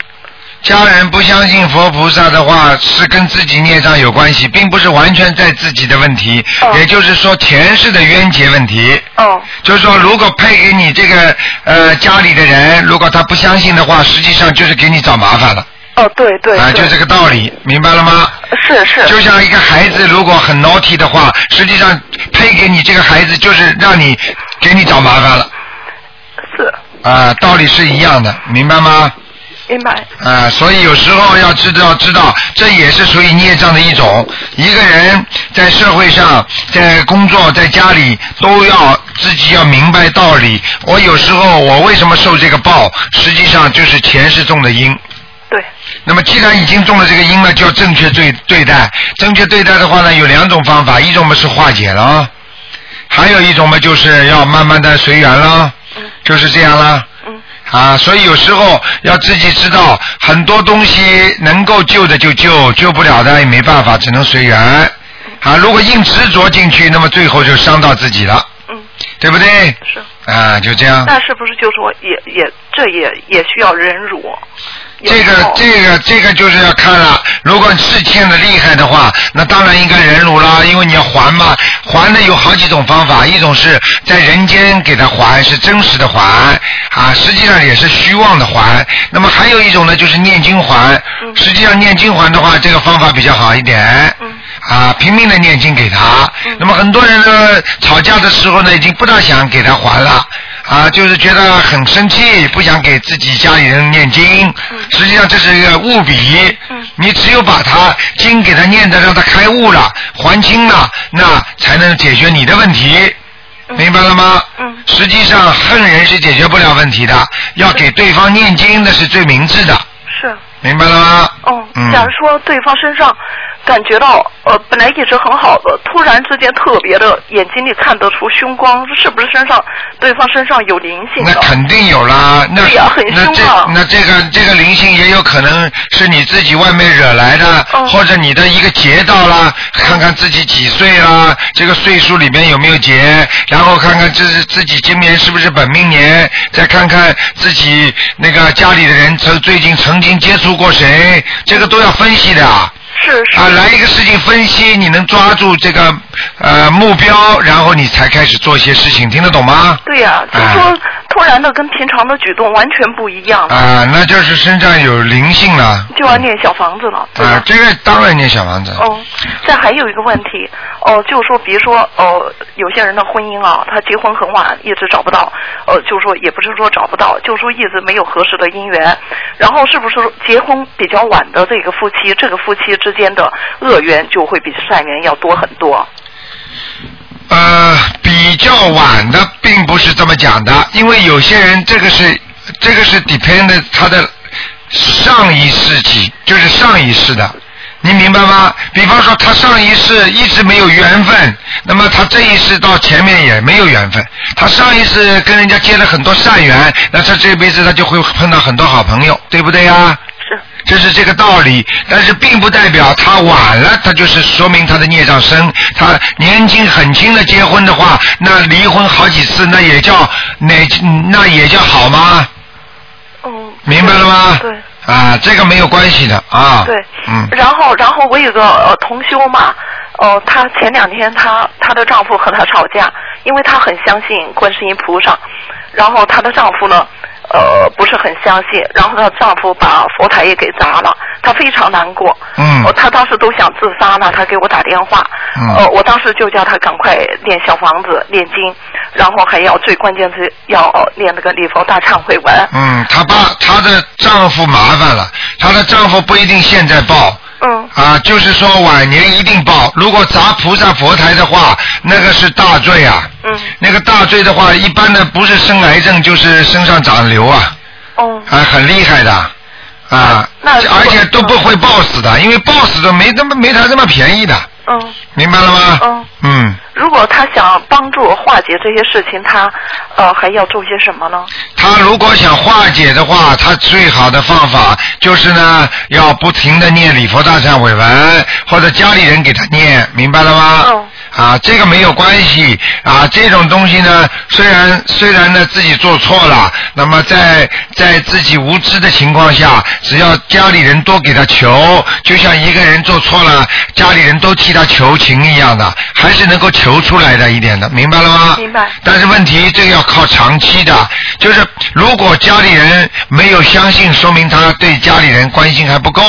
家人不相信佛菩萨的话，是跟自己孽障有关系，并不是完全在自己的问题，
哦
也就是说前世的冤结问题。
哦，
就是说，如果配给你这个呃家里的人，如果他不相信的话，实际上就是给你找麻烦了
哦，对对对，
啊、就这个道理，明白了吗？
是是，
就像一个孩子如果很 naughty 的话，实际上配给你这个孩子就是让你给你找麻烦了
是
啊、道理是一样的，明白吗？
明白。
啊、所以有时候要知道，知道这也是属于孽障的一种。一个人在社会上、在工作、在家里，都要自己要明白道理。我有时候我为什么受这个报，实际上就是前世种的因。
对，
那么既然已经中了这个因了，就要正确对对待。正确对待的话呢，有两种方法，一种嘛是化解了啊，还有一种嘛就是要慢慢的随缘了，就是这样了。
嗯
啊，所以有时候要自己知道，很多东西能够救的就救，救不了的也没办法，只能随缘。啊，如果硬执着进去，那么最后就伤到自己了，
嗯，
对不对？
是。
啊，就这样。
那是不是就说也也这也也需要忍辱？有
这
时
个
候
这个这个就是要看了，如果是欠的厉害的话，那当然应该忍辱啦，因为你要还嘛，还的有好几种方法，一种是在人间给他还，是真实的还啊，实际上也是虚妄的还。那么还有一种呢，就是念经还，
嗯
实际上念经还的话，这个方法比较好一点。
嗯
啊，拼命的念经给他。那么很多人呢，吵架的时候呢，已经不大想给他还了。啊，就是觉得很生气，不想给自己家里人念经。实际上这是一个误笔。你只有把他经给他念的，让他开悟了，还清了，那才能解决你的问题。明白了吗？
嗯
实际上恨人是解决不了问题的，要给对方念经那是最明智的，
是。
明白了吗？
哦
嗯，
假如说对方身上感觉到呃本来一直很好的，突然之间特别的眼睛里看得出凶光，是不是身上对方身上有灵性
那
的？
肯定有啦，那
对呀很
那
凶
这
啊
那这个这个灵性也有可能是你自己外面惹来的，
嗯
或者你的一个劫到啦，看看自己几岁啦，这个岁数里面有没有劫，然后看看这是自己今年是不是本命年，再看看自己那个家里的人曾最近曾经接触过谁，这个都要分析的啊。
是是、
啊，来一个事情分析，你能抓住这个呃目标，然后你才开始做一些事情，听得懂吗？
对呀、就
哎
说突然的跟平常的举动完全不一样，
啊，那就是身上有灵性了。
就要念小房子了，对吧？
啊，这个当然念小房子。
哦，这还有一个问题，哦，就是说，比如说，哦，有些人的婚姻啊，他结婚很晚，一直找不到，呃，就是说，也不是说找不到，就是说一直没有合适的姻缘。然后是不是结婚比较晚的这个夫妻，这个夫妻之间的恶缘就会比善缘要多很多？
呃，比较晚的并不是这么讲的，因为有些人这个是这个是 depend 他的上一世纪，就是上一世的。您明白吗？比方说，他上一世一直没有缘分，那么他这一世到前面也没有缘分。他上一世跟人家结了很多善缘，那他这辈子他就会碰到很多好朋友，对不对呀、
是，
这是这个道理，但是并不代表他晚了，他就是说明他的孽障深。他年轻很轻的结婚的话，那离婚好几次，那也叫那那也叫好吗？
嗯，
明白了吗？
对。
啊，这个没有关系的啊。
对，
嗯。
然后，然后我有个呃同修嘛，呃，她前两天她她的丈夫和她吵架，因为她很相信观世音菩萨，然后她的丈夫呢，呃，不是很相信，然后她丈夫把佛台也给砸了，她非常难过。
嗯
呃她当时都想自杀了，她给我打电话，
嗯
呃，我当时就叫她赶快练小房子、练经，然后还要最关键是要呃练那个礼佛大忏悔文。
嗯，她爸她的丈夫麻烦了，她的丈夫不一定现在报。
嗯
啊，就是说晚年一定报。如果砸菩萨佛台的话，那个是大罪啊。
嗯
那个大罪的话，一般的不是生癌症，就是身上长瘤啊，
嗯
啊，很厉害的，啊，
那那如果
而且都不会暴死的，因为暴死的没那么没他这么便宜的，
嗯。
明白了吗？
嗯
嗯，
如果他想帮助化解这些事情，他呃还要做些什么呢？
他如果想化解的话，他最好的方法就是呢，要不停的念礼佛大忏悔文，或者家里人给他念，明白了吗？
嗯
啊，这个没有关系啊，这种东西呢，虽然虽然呢自己做错了，那么在在自己无知的情况下，只要家里人多给他求，就像一个人做错了，家里人都替他求情一样的，还是能够求出来的一点的，明白了吗？
明白
但是问题这个要靠长期的，就是如果家里人没有相信，说明他对家里人关心还不够。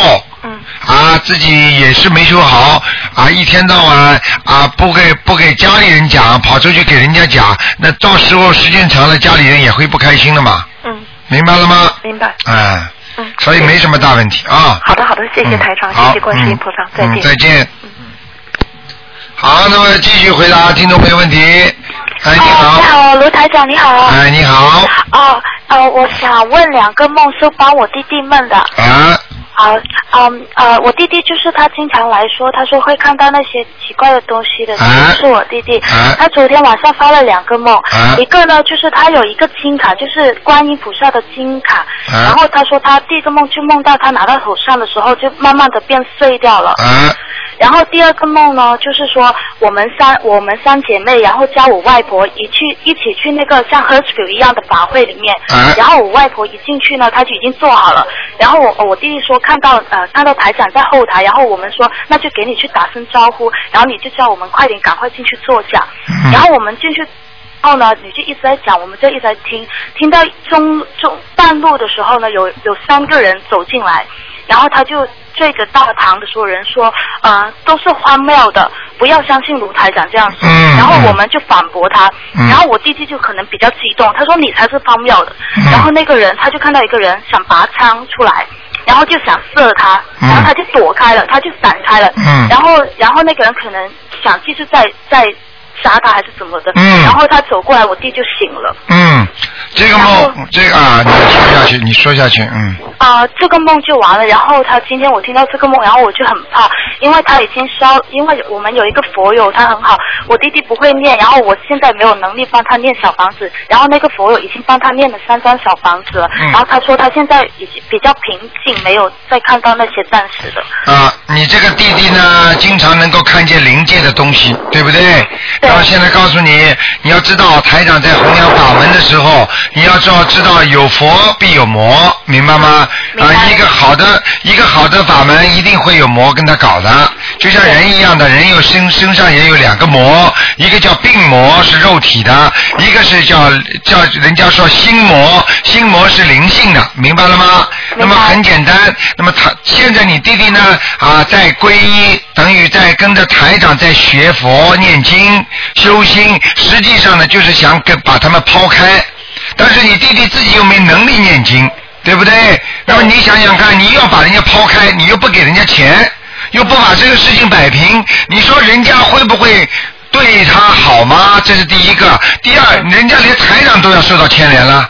嗯
啊，自己也是没修好啊，一天到晚啊不给不给家里人讲，跑出去给人家讲，那到时候时间长了，家里人也会不开心的嘛，
嗯，
明白了吗？
明白。
哎、
嗯，
所以没什么大问题啊。
好的好的，谢谢台长，
嗯好
谢谢观世音菩萨，再
嗯
见。
嗯再见。好，那么继续回答听众朋友问题。哎，你
哦，
好
你。好，卢台长，你好。
哎，你好。
哦，呃，我想问两个梦是帮我弟弟梦的。
啊，
好，嗯，呃，我弟弟就是他经常来说，他说会看到那些奇怪的东西的，
啊
是我弟弟。
啊
他昨天晚上发了两个梦，
啊
一个呢就是他有一个金卡，就是观音菩萨的金卡，
啊
然后他说他第一个梦就梦到他拿到手上的时候就慢慢的变碎掉了。
啊，
然后第二个梦呢，就是说我们三我们三姐妹，然后加我外婆一去一起去那个像 h e r s p i l 一样的法会里面，
啊
然后我外婆一进去呢，她就已经做好了。然后我我弟弟说看到呃看到台长在后台，然后我们说那就给你去打声招呼，然后你就叫我们快点赶快进去坐下。
嗯
然后我们进去然后呢，你就一直在讲，我们就一直在听，听到中中半路的时候呢，有有三个人走进来，然后他就对着大堂的所有人说，呃，都是荒谬的，不要相信卢台长这样说。
嗯
然后我们就反驳他，
嗯
然后我弟弟就可能比较激动，他说你才是荒谬的。
嗯
然后那个人他就看到一个人想拔枪出来。然后就想射他，
嗯
然后他就躲开了，他就闪开了。
嗯
然后，然后那个人可能想继续再再杀他还是怎么的，
嗯
然后他走过来，我弟就醒了。
嗯，这个梦，这个啊，你说下去，你说下去，嗯
啊、这个梦就完了。然后他今天我听到这个梦，然后我就很怕，因为他已经烧，因为我们有一个佛友，他很好，我弟弟不会念，然后我现在没有能力帮他念小房子，然后那个佛友已经帮他念了三张小房子了，
嗯
然后他说他现在已经比较平静，没有再看到那些暂时的。
啊，你这个弟弟呢，经常能够看见灵界的东西，对不对？然后现在告诉你，你要知道台长在弘扬法门的时候，你要知道知道有佛必有魔，明白吗？啊，一个好的一个好的法门一定会有魔跟他搞的，就像人一样的，人有身身上也有两个魔，一个叫病魔是肉体的，一个是叫叫人家说心魔，心魔是灵性的，明白了吗？那么很简单，那么他现在你弟弟呢啊在皈依，等于在跟着台长在学佛、念经、修心，实际上呢就是想给把他们抛开，但是你弟弟自己又没能力念经，对不对？那么你想想看，你又要把人家抛开，你又不给人家钱，又不把这个事情摆平，你说人家会不会？对他好吗？这是第一个。第二，人家连台长都要受到牵连了。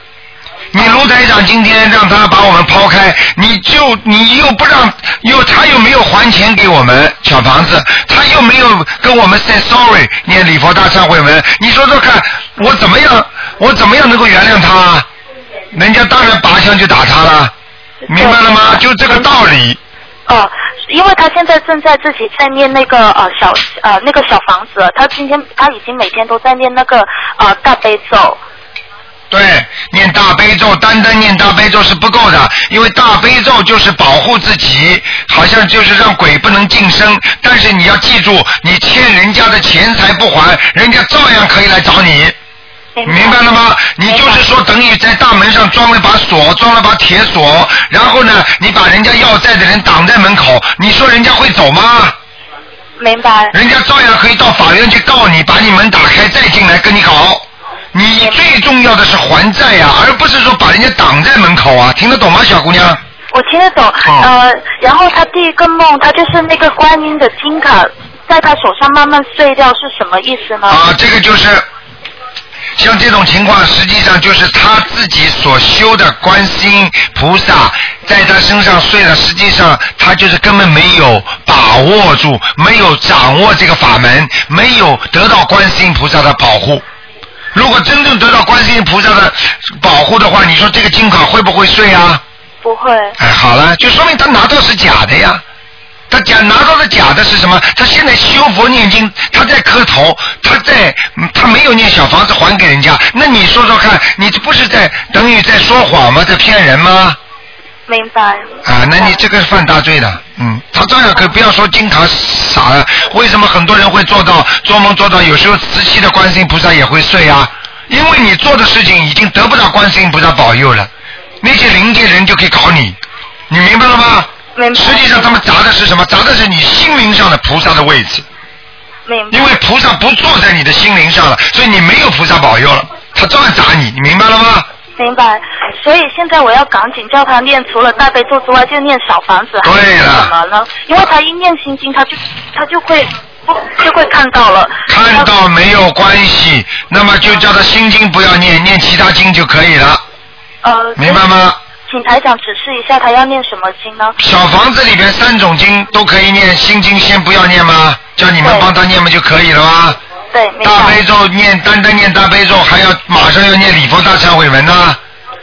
你卢台长今天让他把我们抛开，你就你又不让，又他又没有还钱给我们小房子，他又没有跟我们 say sorry 念礼佛大忏悔文，你说说看，我怎么样，我怎么样能够原谅他啊？人家当然拔枪就打他了，明白了吗？就这个道理。
哦、因为他现在正在自己在念那个呃小呃那个小房子，他今天他已经每天都在念那个呃大悲咒。
对，念大悲咒，单单念大悲咒是不够的，因为大悲咒就是保护自己，好像就是让鬼不能近身。但是你要记住，你欠人家的钱财不还，人家照样可以来找你。明白了吗？你就是说，等于在大门上装了把锁，装了把铁锁，然后呢，你把人家要债的人挡在门口，你说人家会走吗？
明白。
人家照样可以到法院去告你，把你门打开再进来跟你搞。你最重要的是还债呀、而不是说把人家挡在门口啊，听得懂吗，小姑娘？
我听得懂，
哦
呃，然后他第一个梦，他就是那个观音的金卡在他手上慢慢碎掉，是什么意思呢？
啊，这个就是像这种情况，实际上就是他自己所修的观世音菩萨在他身上睡了，实际上他就是根本没有把握住，没有掌握这个法门，没有得到观世音菩萨的保护。如果真正得到观世音菩萨的保护的话，你说这个金卡会不会碎啊？
不会，
哎，好了，就说明他拿到是假的呀。他假拿到的假的是什么？他现在修佛念经，他在磕头，他在嗯他没有念小房子还给人家。那你说说看，你这不是在等于在说谎吗？在骗人吗？
明白。
啊，那你这个是犯大罪的，嗯，他照样可以不要说经常傻了。为什么很多人会做到做梦做到，有时候慈禧的观世音菩萨也会睡啊？因为你做的事情已经得不到观世音菩萨保佑了，那些灵界人就可以搞你，你明白了吗？
明白
实际上他们砸的是什么？砸的是你心灵上的菩萨的位置，
明白
因为菩萨不坐在你的心灵上了，所以你没有菩萨保佑了，他照样砸你，你明白了吗？
明白。所以现在我要赶紧叫他念，除了大悲咒之外，就念小房子，还
对
是
了
什么呢？因为他一念心经，他就他就会不就会看到了。
看到没有关系，那么就叫他心经不要念，念其他经就可以了，
呃，
明白吗？
请台长指示一下，他要念什么经呢？
小房子里边三种经都可以念，心经先不要念吗？叫你们帮他念不就可以了吗？
对，明
大
白。
悲咒念，单单念大悲咒，还要马上要念礼佛大忏悔文呢，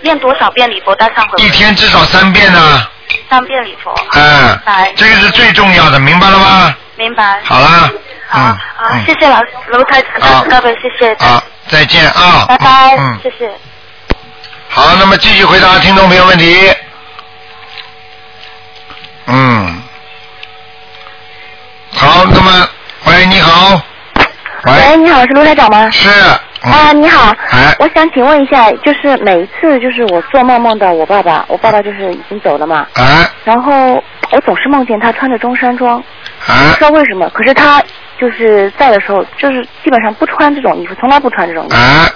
念多少遍礼佛大忏悔
一
文？
天至少三遍呢，
三遍礼佛。
嗯
明白，
这个是最重要的，明白了吗？
明白。
好啦，
好，
嗯
好，
嗯
谢谢老卢台长，
好
大哥，谢谢，
好，再见啊，
拜拜
嗯，，
谢谢。
好，那么继续回答听众朋友问题。嗯，好，那么，喂，你好，
喂，
喂，
你好，是卢台长吗？
是，
啊，
嗯，
你好，
哎
我想请问一下，就是每一次就是我做梦梦到我爸爸，我爸爸就是已经走了嘛，
哎，
然后我总是梦见他穿着中山装，不
哎
知，道为什么，可是他就是在的时候，就是基本上不穿这种衣服，从来不穿这种衣服。
哎，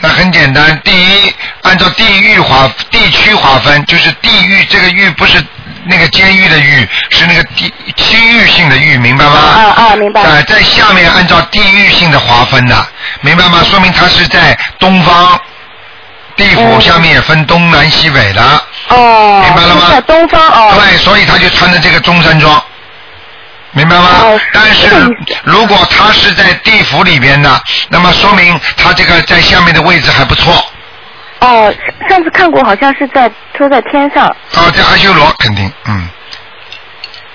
那很简单，第一，按照地域划地区划分，就是地域这个域不是那个监狱的狱，是那个地区域性的域，明白吗？
啊啊
白明白
呃，在下面按照地域性的划分的，明白吗？说明它是在东方地府下面也分东南西北的，
哦，
明白了吗
是在东方哦，
对，所以他就穿的这个中山装。明白吗？
哦
但是
这个意思
如果他是在地府里边的，那么说明他这个在下面的位置还不错。
哦，上上次看过，好像是在说在天上，
哦，在阿修罗肯定，嗯。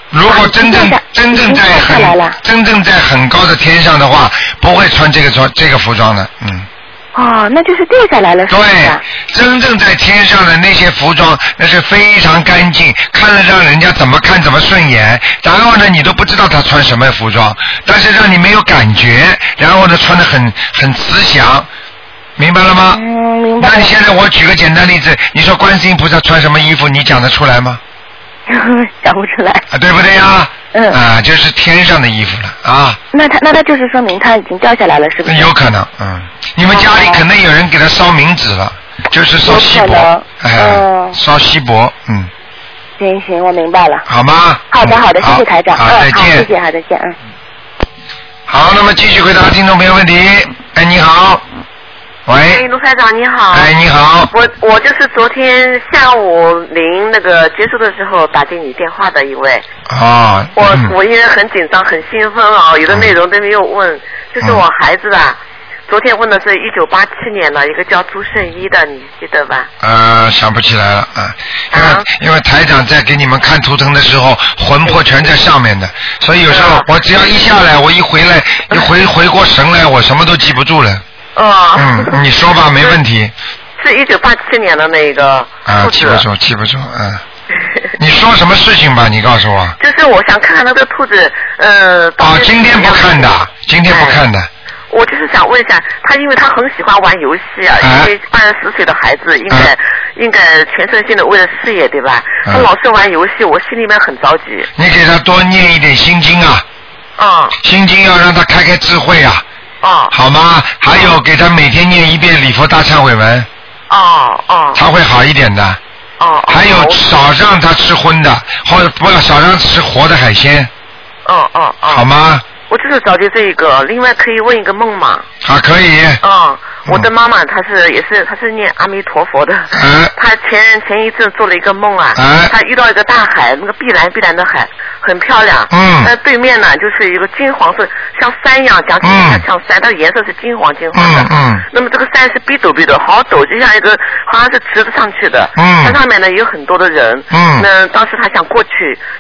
如果真正、
啊
真正
已经
在
看下来
很
了
真正在很高的天上的话，不会穿这个装这个服装的，嗯。
哦，那就是掉下来了，是不是
对
啊？，
真正在天上的那些服装，那是非常干净，看了让人家怎么看怎么顺眼。然后呢，你都不知道他穿什么服装，但是让你没有感觉。然后呢，穿的很很慈祥，明白了吗？
嗯，明白
那
了
你。现在我举个简单例子，你说观世音菩萨穿什么衣服，你讲得出来吗？
想不出来。
啊，对不对呀？
嗯
啊，就是天上的衣服了啊，
那他那他就是说明他已经掉下来了，是不是？
有可能，嗯，你们家里可能有人给他烧冥纸了，就是烧锡
有可
箔
能，
哎，
嗯
烧锡箔，嗯，
行行，我明白了。
好吗？
好的
嗯
好的，谢谢台长。
好，
嗯，
再
好，谢谢，
见。
好，再见，嗯。
好，那么继续回答听众朋友问题。哎，你好，喂，
哎卢台长你好
哎，你好，
我我就是昨天下午零那个结束的时候打进你电话的一位，
哦，
我、
嗯
我因为很紧张很兴奋啊、有的内容都没有问，
嗯
就是我孩子啊，昨天问的是一九八七年的一个叫朱胜一的，你记得吧？
呃，想不起来了啊，因为、
啊
因为台长在给你们看图腾的时候，魂魄全在上面的，所以有时候
啊
我只要一下来，我一回来，一回回过神来，我什么都记不住了。
啊
哦，
嗯，你说吧，没问题。
是一九八七年的那个
啊
数，
记
字。
不住，记不住，嗯。你说什么事情吧？你告诉我。
就是我想看看那个兔子，呃，到
啊
底，是
今天不看
怎么样
的，今天不看的。
我就是想问一下，他因为他很喜欢玩游戏啊，
哎
因为二十岁的孩子应该、
哎
应该全身心的为了事业，对吧？
嗯
他老是玩游戏，我心里面很着急。
你给他多念一点心经啊，
嗯
心经要让他开开智慧啊，
哦
好吗？还有给他每天念一遍礼佛大忏悔文，
哦哦
他会好一点的。
哦。
还有
哦
少让他吃荤的，或者不要少让他吃活的海鲜，
哦哦哦，
好吗？
我就是着急这一个，另外可以问一个梦嘛？
啊，可以。
嗯，我的妈妈她是也是她是念阿弥陀佛的。
哎
她前前一阵做了一个梦啊，
哎
她遇到一个大海，那个碧蓝碧蓝的海，很漂亮。
嗯
那对面呢就是一个金黄色，像山一样，讲起
嗯
来像山，它的颜色是金黄金黄的。
嗯嗯
那么这个山是逼陡逼陡，好陡，就像一个好像是直着上去的。
嗯
它上面呢也有很多的人。
嗯
那当时她想过去，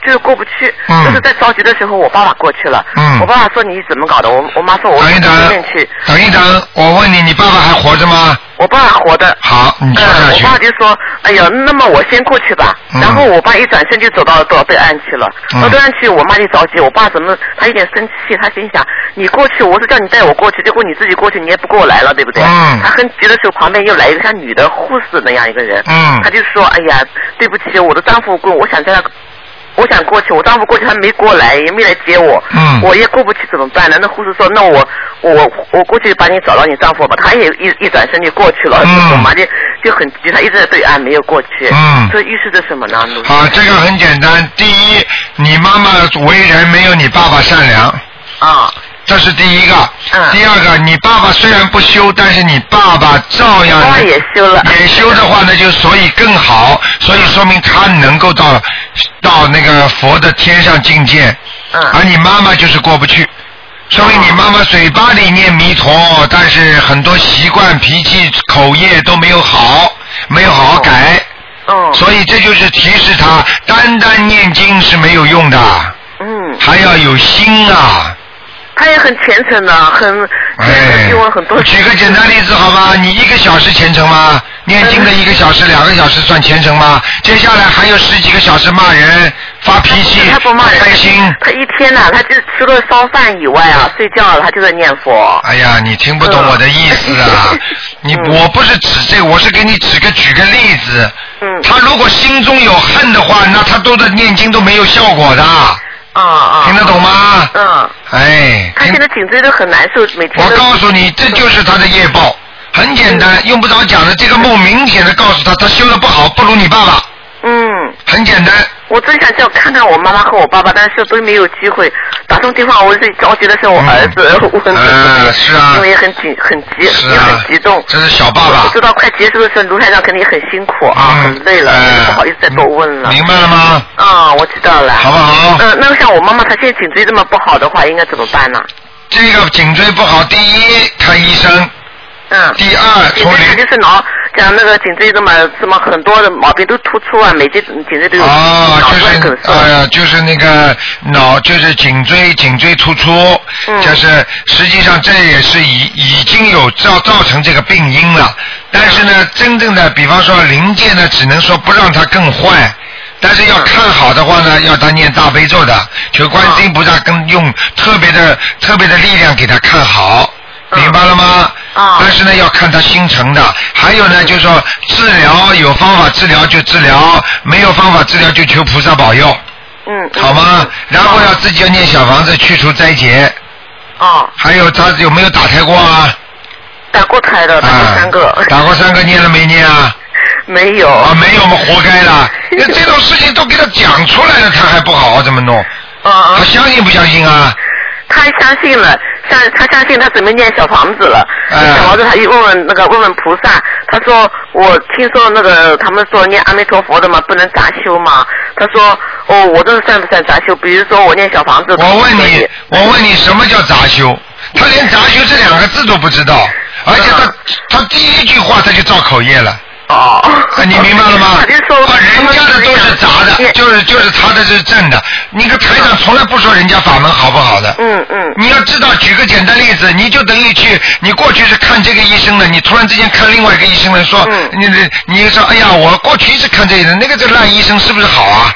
就是过不去。
嗯
就是在着急的时候，我爸爸过去了。
嗯
我爸爸说你怎么搞的？我我妈说我
等一
随
等
便去。，
等一等，我问你，你爸爸还活着吗？
我爸活的。
好，你说下
呃我
去。
爸就说：“哎呀，那么我先过去吧。
嗯
然后我爸一转身就走到左对岸去了。
嗯
左对岸去，我妈就着急，我爸怎么他有点生气，他心想：你过去，我是叫你带我过去，结果你自己过去，你也不过来了，对不对？
嗯
他很急的时候，旁边又来一个像女的护士那样一个人。
嗯
他就说：哎呀，对不起，我的丈夫过，我想叫他。”我想过去，我丈夫过去，他没过来，也没来接我。
嗯
我也过不去，怎么办呢？那护士说：“那我我我过去把你找到你丈夫吧。”他也一一转身就过去了。
嗯
我妈就就很急，他一直在对岸没有过去。
嗯
这预示着什么呢？卢
好，这个很简单。第一，你妈妈为人没有你爸爸善良，
啊，
这是第一个。
嗯
第二个，你爸爸虽然不修，但是你爸爸照样
妈妈也修了。
也修的话呢，就所以更好，所以说明他能够到到那个佛的天上境界，而
嗯
你妈妈就是过不去。说明你妈妈嘴巴里念弥陀，但是很多习惯、脾气、口业都没有好，没有好好改，
嗯
所以这就是提示他，单单念经是没有用的，
嗯，
还要有心啊。
他也很虔诚的，很
哎
给我很，多。
举个简单例子好吗？你一个小时虔诚吗？念经的一个小时、两个小时算虔诚吗？接下来还有十几个小时骂人、发脾 气、
他不骂人，
开心。
他一天呐、他就除了烧饭以外啊，睡觉了，他就在念佛。
哎呀，你听不懂我的意思啊！
嗯
你我不是指这个，我是给你指个举个例子。
嗯
他如果心中有恨的话，那他都在念经都没有效果的，
啊啊。
听得懂吗？
嗯，
哎，
他
听
现在颈椎都很难受，每
我
天都。
告诉你，这就是他的业报，很简单，用不着讲的。这个梦明显的告诉他，他修的不好，不如你爸爸，
嗯
很简单。
我真想叫看看我妈妈和我爸爸，但是都没有机会打通电话。我最着急的是我儿子，我很
嗯是啊
因为很紧很急，
是
也
啊
很激动。
这是小爸爸
我知道快结束的时候，卢台长肯定很辛苦啊，很累了，不好意思再多问了。
哎明白了吗？
啊，我知道了。
好不好
嗯，那像我妈妈她现在颈椎这么不好的话，应该怎么办呢？
这个颈椎不好，第一看医生，
嗯。
第二
颈椎就是脑，讲那个颈椎这么这么很多的毛病都突出啊，每节颈椎都有。
哦，
脑
就
子
是哎呀，就是那个脑，就是颈椎颈椎突出，
嗯
就是实际上这也是已已经有造造成这个病因了。但是
嗯
呢，真正的比方说零件呢，只能说不让它更坏。但是
嗯
要看好的话呢，要他念大悲咒的，求观
嗯
世音菩萨更用特别的特别的力量给他看好，明白了吗？
嗯啊
但是呢，要看他心诚的。还有呢，就是说治疗有方法治疗就治疗，没有方法治疗就求菩萨保佑。
嗯。
好吗？然后要自己要念小房子去除灾劫。
哦。
还有他有没有打胎过啊？
打过胎的，
打过三
个。哦
打过三个，念了没念啊？
没有。
啊，没有，我们活该 了。那这种事情都给他讲出来了，他还不好好怎么弄？
啊
他相信不相信啊？
他相信了，相他相信他准备念小房子了。
哎
小房子他又问问那个问问菩萨，他说我听说那个他们说念阿弥陀佛的嘛，不能杂修嘛。他说哦，我这算不算杂修？比如说我念小房子。
我问你，我问你，什么叫杂修？他连杂修这两个字都不知道，而且他他第一句话他就造口业了。
哦，
你明白了吗？啊，人家的都是杂的，就是就是他的是正的。你个台长从来不说人家法门好不好的。
嗯嗯。
你要知道，举个简单例子，你就等于去，你过去是看这个医生的，你突然之间看另外一个医生了，说，
嗯
你你你说，哎呀，我过去一直看这个人，那个这烂医生是不是好 啊？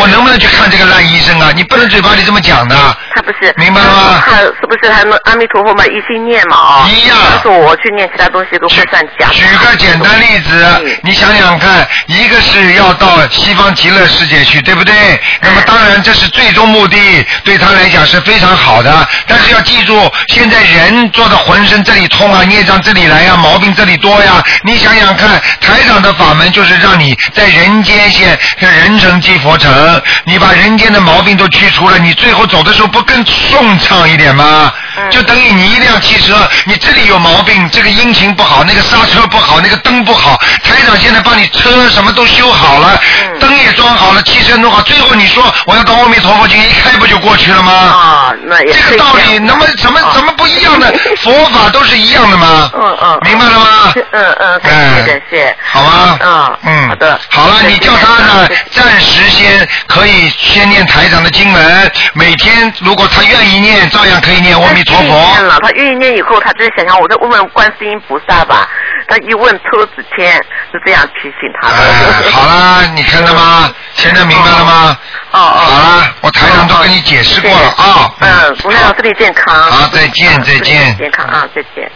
我能不能去看这个烂医生啊？你不能嘴巴里这么讲的。
他不是
明白了吗？
他是不是还能阿弥陀佛嘛？一心念嘛啊、一样。他说我去念其他东西都会算假。
举个简单例
嗯
子，你想想看，一个是要到西方极乐世界去，对不对？那么当然这是最终目的，对他来讲是非常好的。但是要记住，现在人做的浑身这里痛啊，孽障这里来呀、毛病这里多呀。你想想看，台长的法门就是让你在人间现人成即佛成，你把人间的毛病都去除了，你最后走的时候不更顺畅一点吗？
嗯
就等于你一辆汽车，你这里有毛病，这个引擎不好，那个刹车不好，那个灯不好，台长现在帮你车什么都修好了，
嗯
灯也装好了，汽车弄好，最后你说我要到阿弥陀佛去，一开不就过去了吗？
啊，那也
这个道理，那么怎么怎么不一样的？佛法都是一样的吗？
啊嗯嗯。
明白了吗？哎
嗯嗯，感谢感谢。
好吗？
嗯
嗯，好的。嗯好了，你叫他呢，暂时先可以先念台长的经文，每天如果他愿意念，照样可以念阿弥陀
他愿意
佛
念。了，他愿意念以后，他就是想想我再问问观世音菩萨吧。他一问抽纸签，是这样提醒他的。
哎好嗯啦，你看了吗？现在明白了吗？
哦哦。
好啦，我台长都跟你解释过了啊。
嗯，菩萨身体健康。
好再见
嗯
再见
身体健康啊，再见。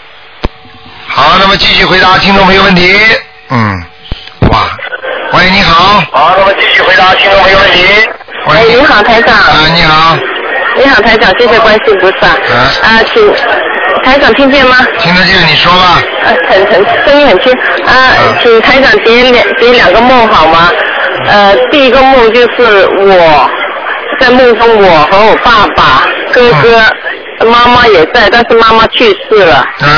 好，那么继续回答听众朋友问题。嗯，哇，喂，你好。好，那么继续回答听众朋友问题。
哎，你好，台长。啊，
你好。
你好，台长，谢谢关心，不萨。啊，请台长听见吗？
听得见，你说吧。
呃，很很声音很轻。啊，请台长解两解两个梦好吗？呃，第一个梦就是我在梦中，我和我爸爸、哥哥、妈妈也在，但是妈妈去世了。
嗯。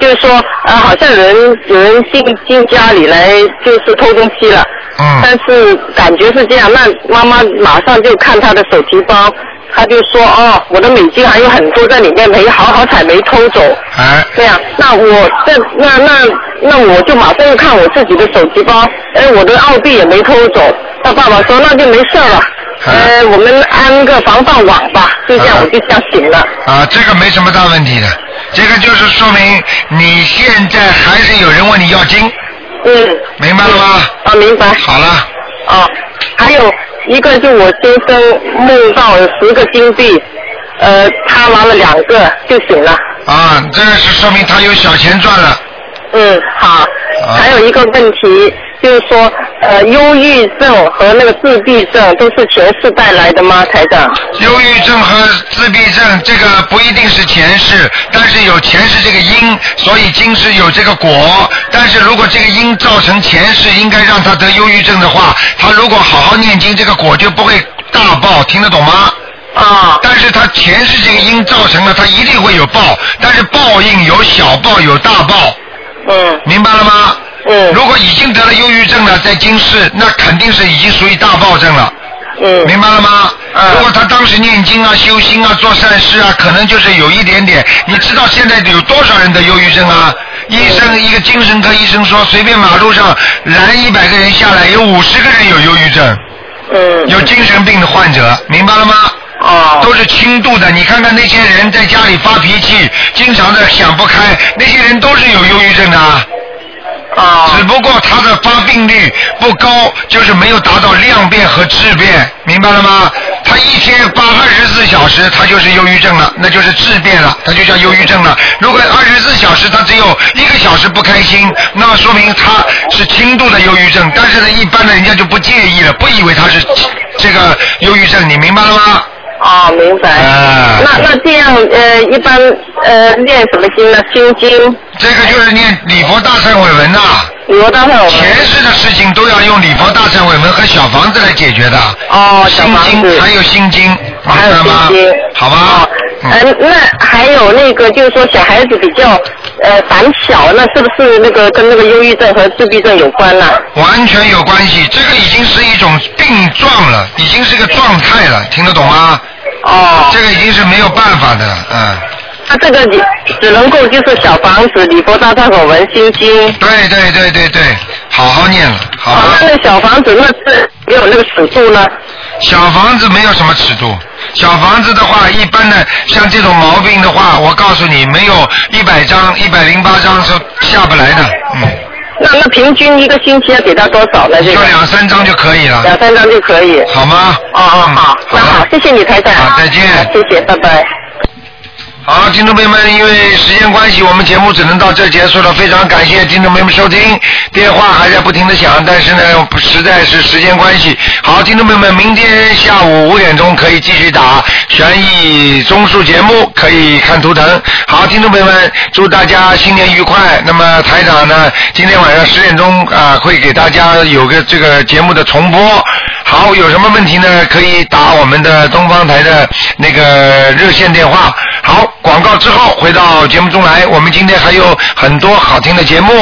就是说，呃，好像有人有人进进家里来，就是偷东西了。
嗯。
但是感觉是这样，那妈妈马上就看她的手提包，她就说：“哦，我的美金还有很多在里面，没好好彩没偷走。”
哎。
这样，那我这那那那我就马上又看我自己的手提包，哎，我的澳币也没偷走。他爸爸说那就没事了，呃，我们安个防范网吧，就这样我就这样醒了。
啊，这个没什么大问题的，这个就是说明你现在还是有人问你要经。
嗯。
明白了吗？
啊，明白。
好了。
啊，还有一个就我先生梦到有十个金币，呃，他拿了两个就醒了。
啊，这个是说明他有小钱赚了。
嗯，好。还有一个问题，就是说，呃，忧郁症和那个自闭症都是前世带来的吗，台长？
忧郁症和自闭症这个不一定是前世，但是有前世这个因，所以今世有这个果。但是如果这个因造成前世应该让他得忧郁症的话，他如果好好念经，这个果就不会大报，听得懂吗？
啊！
但是他前世这个因造成了，他一定会有报，但是报应有小报有大报。
嗯。
明白了吗？
嗯。
如果已经得了忧郁症了，在今世那肯定是已经属于大报症了。
嗯。
明白了吗？如果他当时念经啊、修心啊、做善事啊，可能就是有一点点。你知道现在有多少人得忧郁症啊？
嗯
医生一个精神科医生说，随便马路上拦一百个人下来，有五十个人有忧郁症。
嗯。
有精神病的患者，明白了吗？
哦。
都是轻度的，你看看那些人在家里发脾气，经常的想不开，那些人都是有忧郁症的啊。
哦
只不过它的发病率不高，就是没有达到量变和质变，明白了吗？他一天发二十四小时，他就是忧郁症了，那就是质变了，他就叫忧郁症了。如果二十四小时他只有一个小时不开心，那么说明他是轻度的忧郁症，但是呢，一般的人家就不介意了，不以为他是这个忧郁症，你明白了吗？哎
啊，明白。那那这样呃，一般呃念什么经呢？心经。
这个就是念礼佛大忏悔文呐、
礼佛大忏悔文。
前世的事情都要用礼佛大忏悔文和小房子来解决的。
哦，小
心
房子
经还有心经，明
还
白
有
了吗
心经？
好吧。嗯
呃，那还有那个，就是说小孩子比较呃胆小，那是不是那个跟那个忧郁症和自闭症有关呢、
完全有关系，这个已经是一种病状了，已经是个状态了，听得懂吗？
哦。
这个已经是没有办法的了，嗯。
那这个你只能够就是小房子、礼佛大忏悔文、心经。
对对对对对，好好念了，好
啊，那那小房子那是没有那个尺度呢？
小房子没有什么尺度，小房子的话，一般的像这种毛病的话，我告诉你，没有一百张、一百零八张是下不来的，嗯，
那那平均一个星期要给他多少呢？这
就
个
两三张就可以了，
两三张就可以。
好吗？
哦哦好，那好，谢谢你台长。
嗯
啊
好，再见。
谢谢，拜拜。
好，听众朋友们，因为时间关系，我们节目只能到这儿结束了。非常感谢听众朋友们收听，电话还在不停的响，但是呢，不实在是时间关系。好，听众朋友们，明天下午五点钟可以继续打悬疑综述节目，可以看图腾。好，听众朋友们，祝大家新年愉快。那么台长呢，今天晚上十点钟啊、会给大家有个这个节目的重播。好，有什么问题呢？可以打我们的东方台的那个热线电话。好，广告之后回到节目中来，我们今天还有很多好听的节目，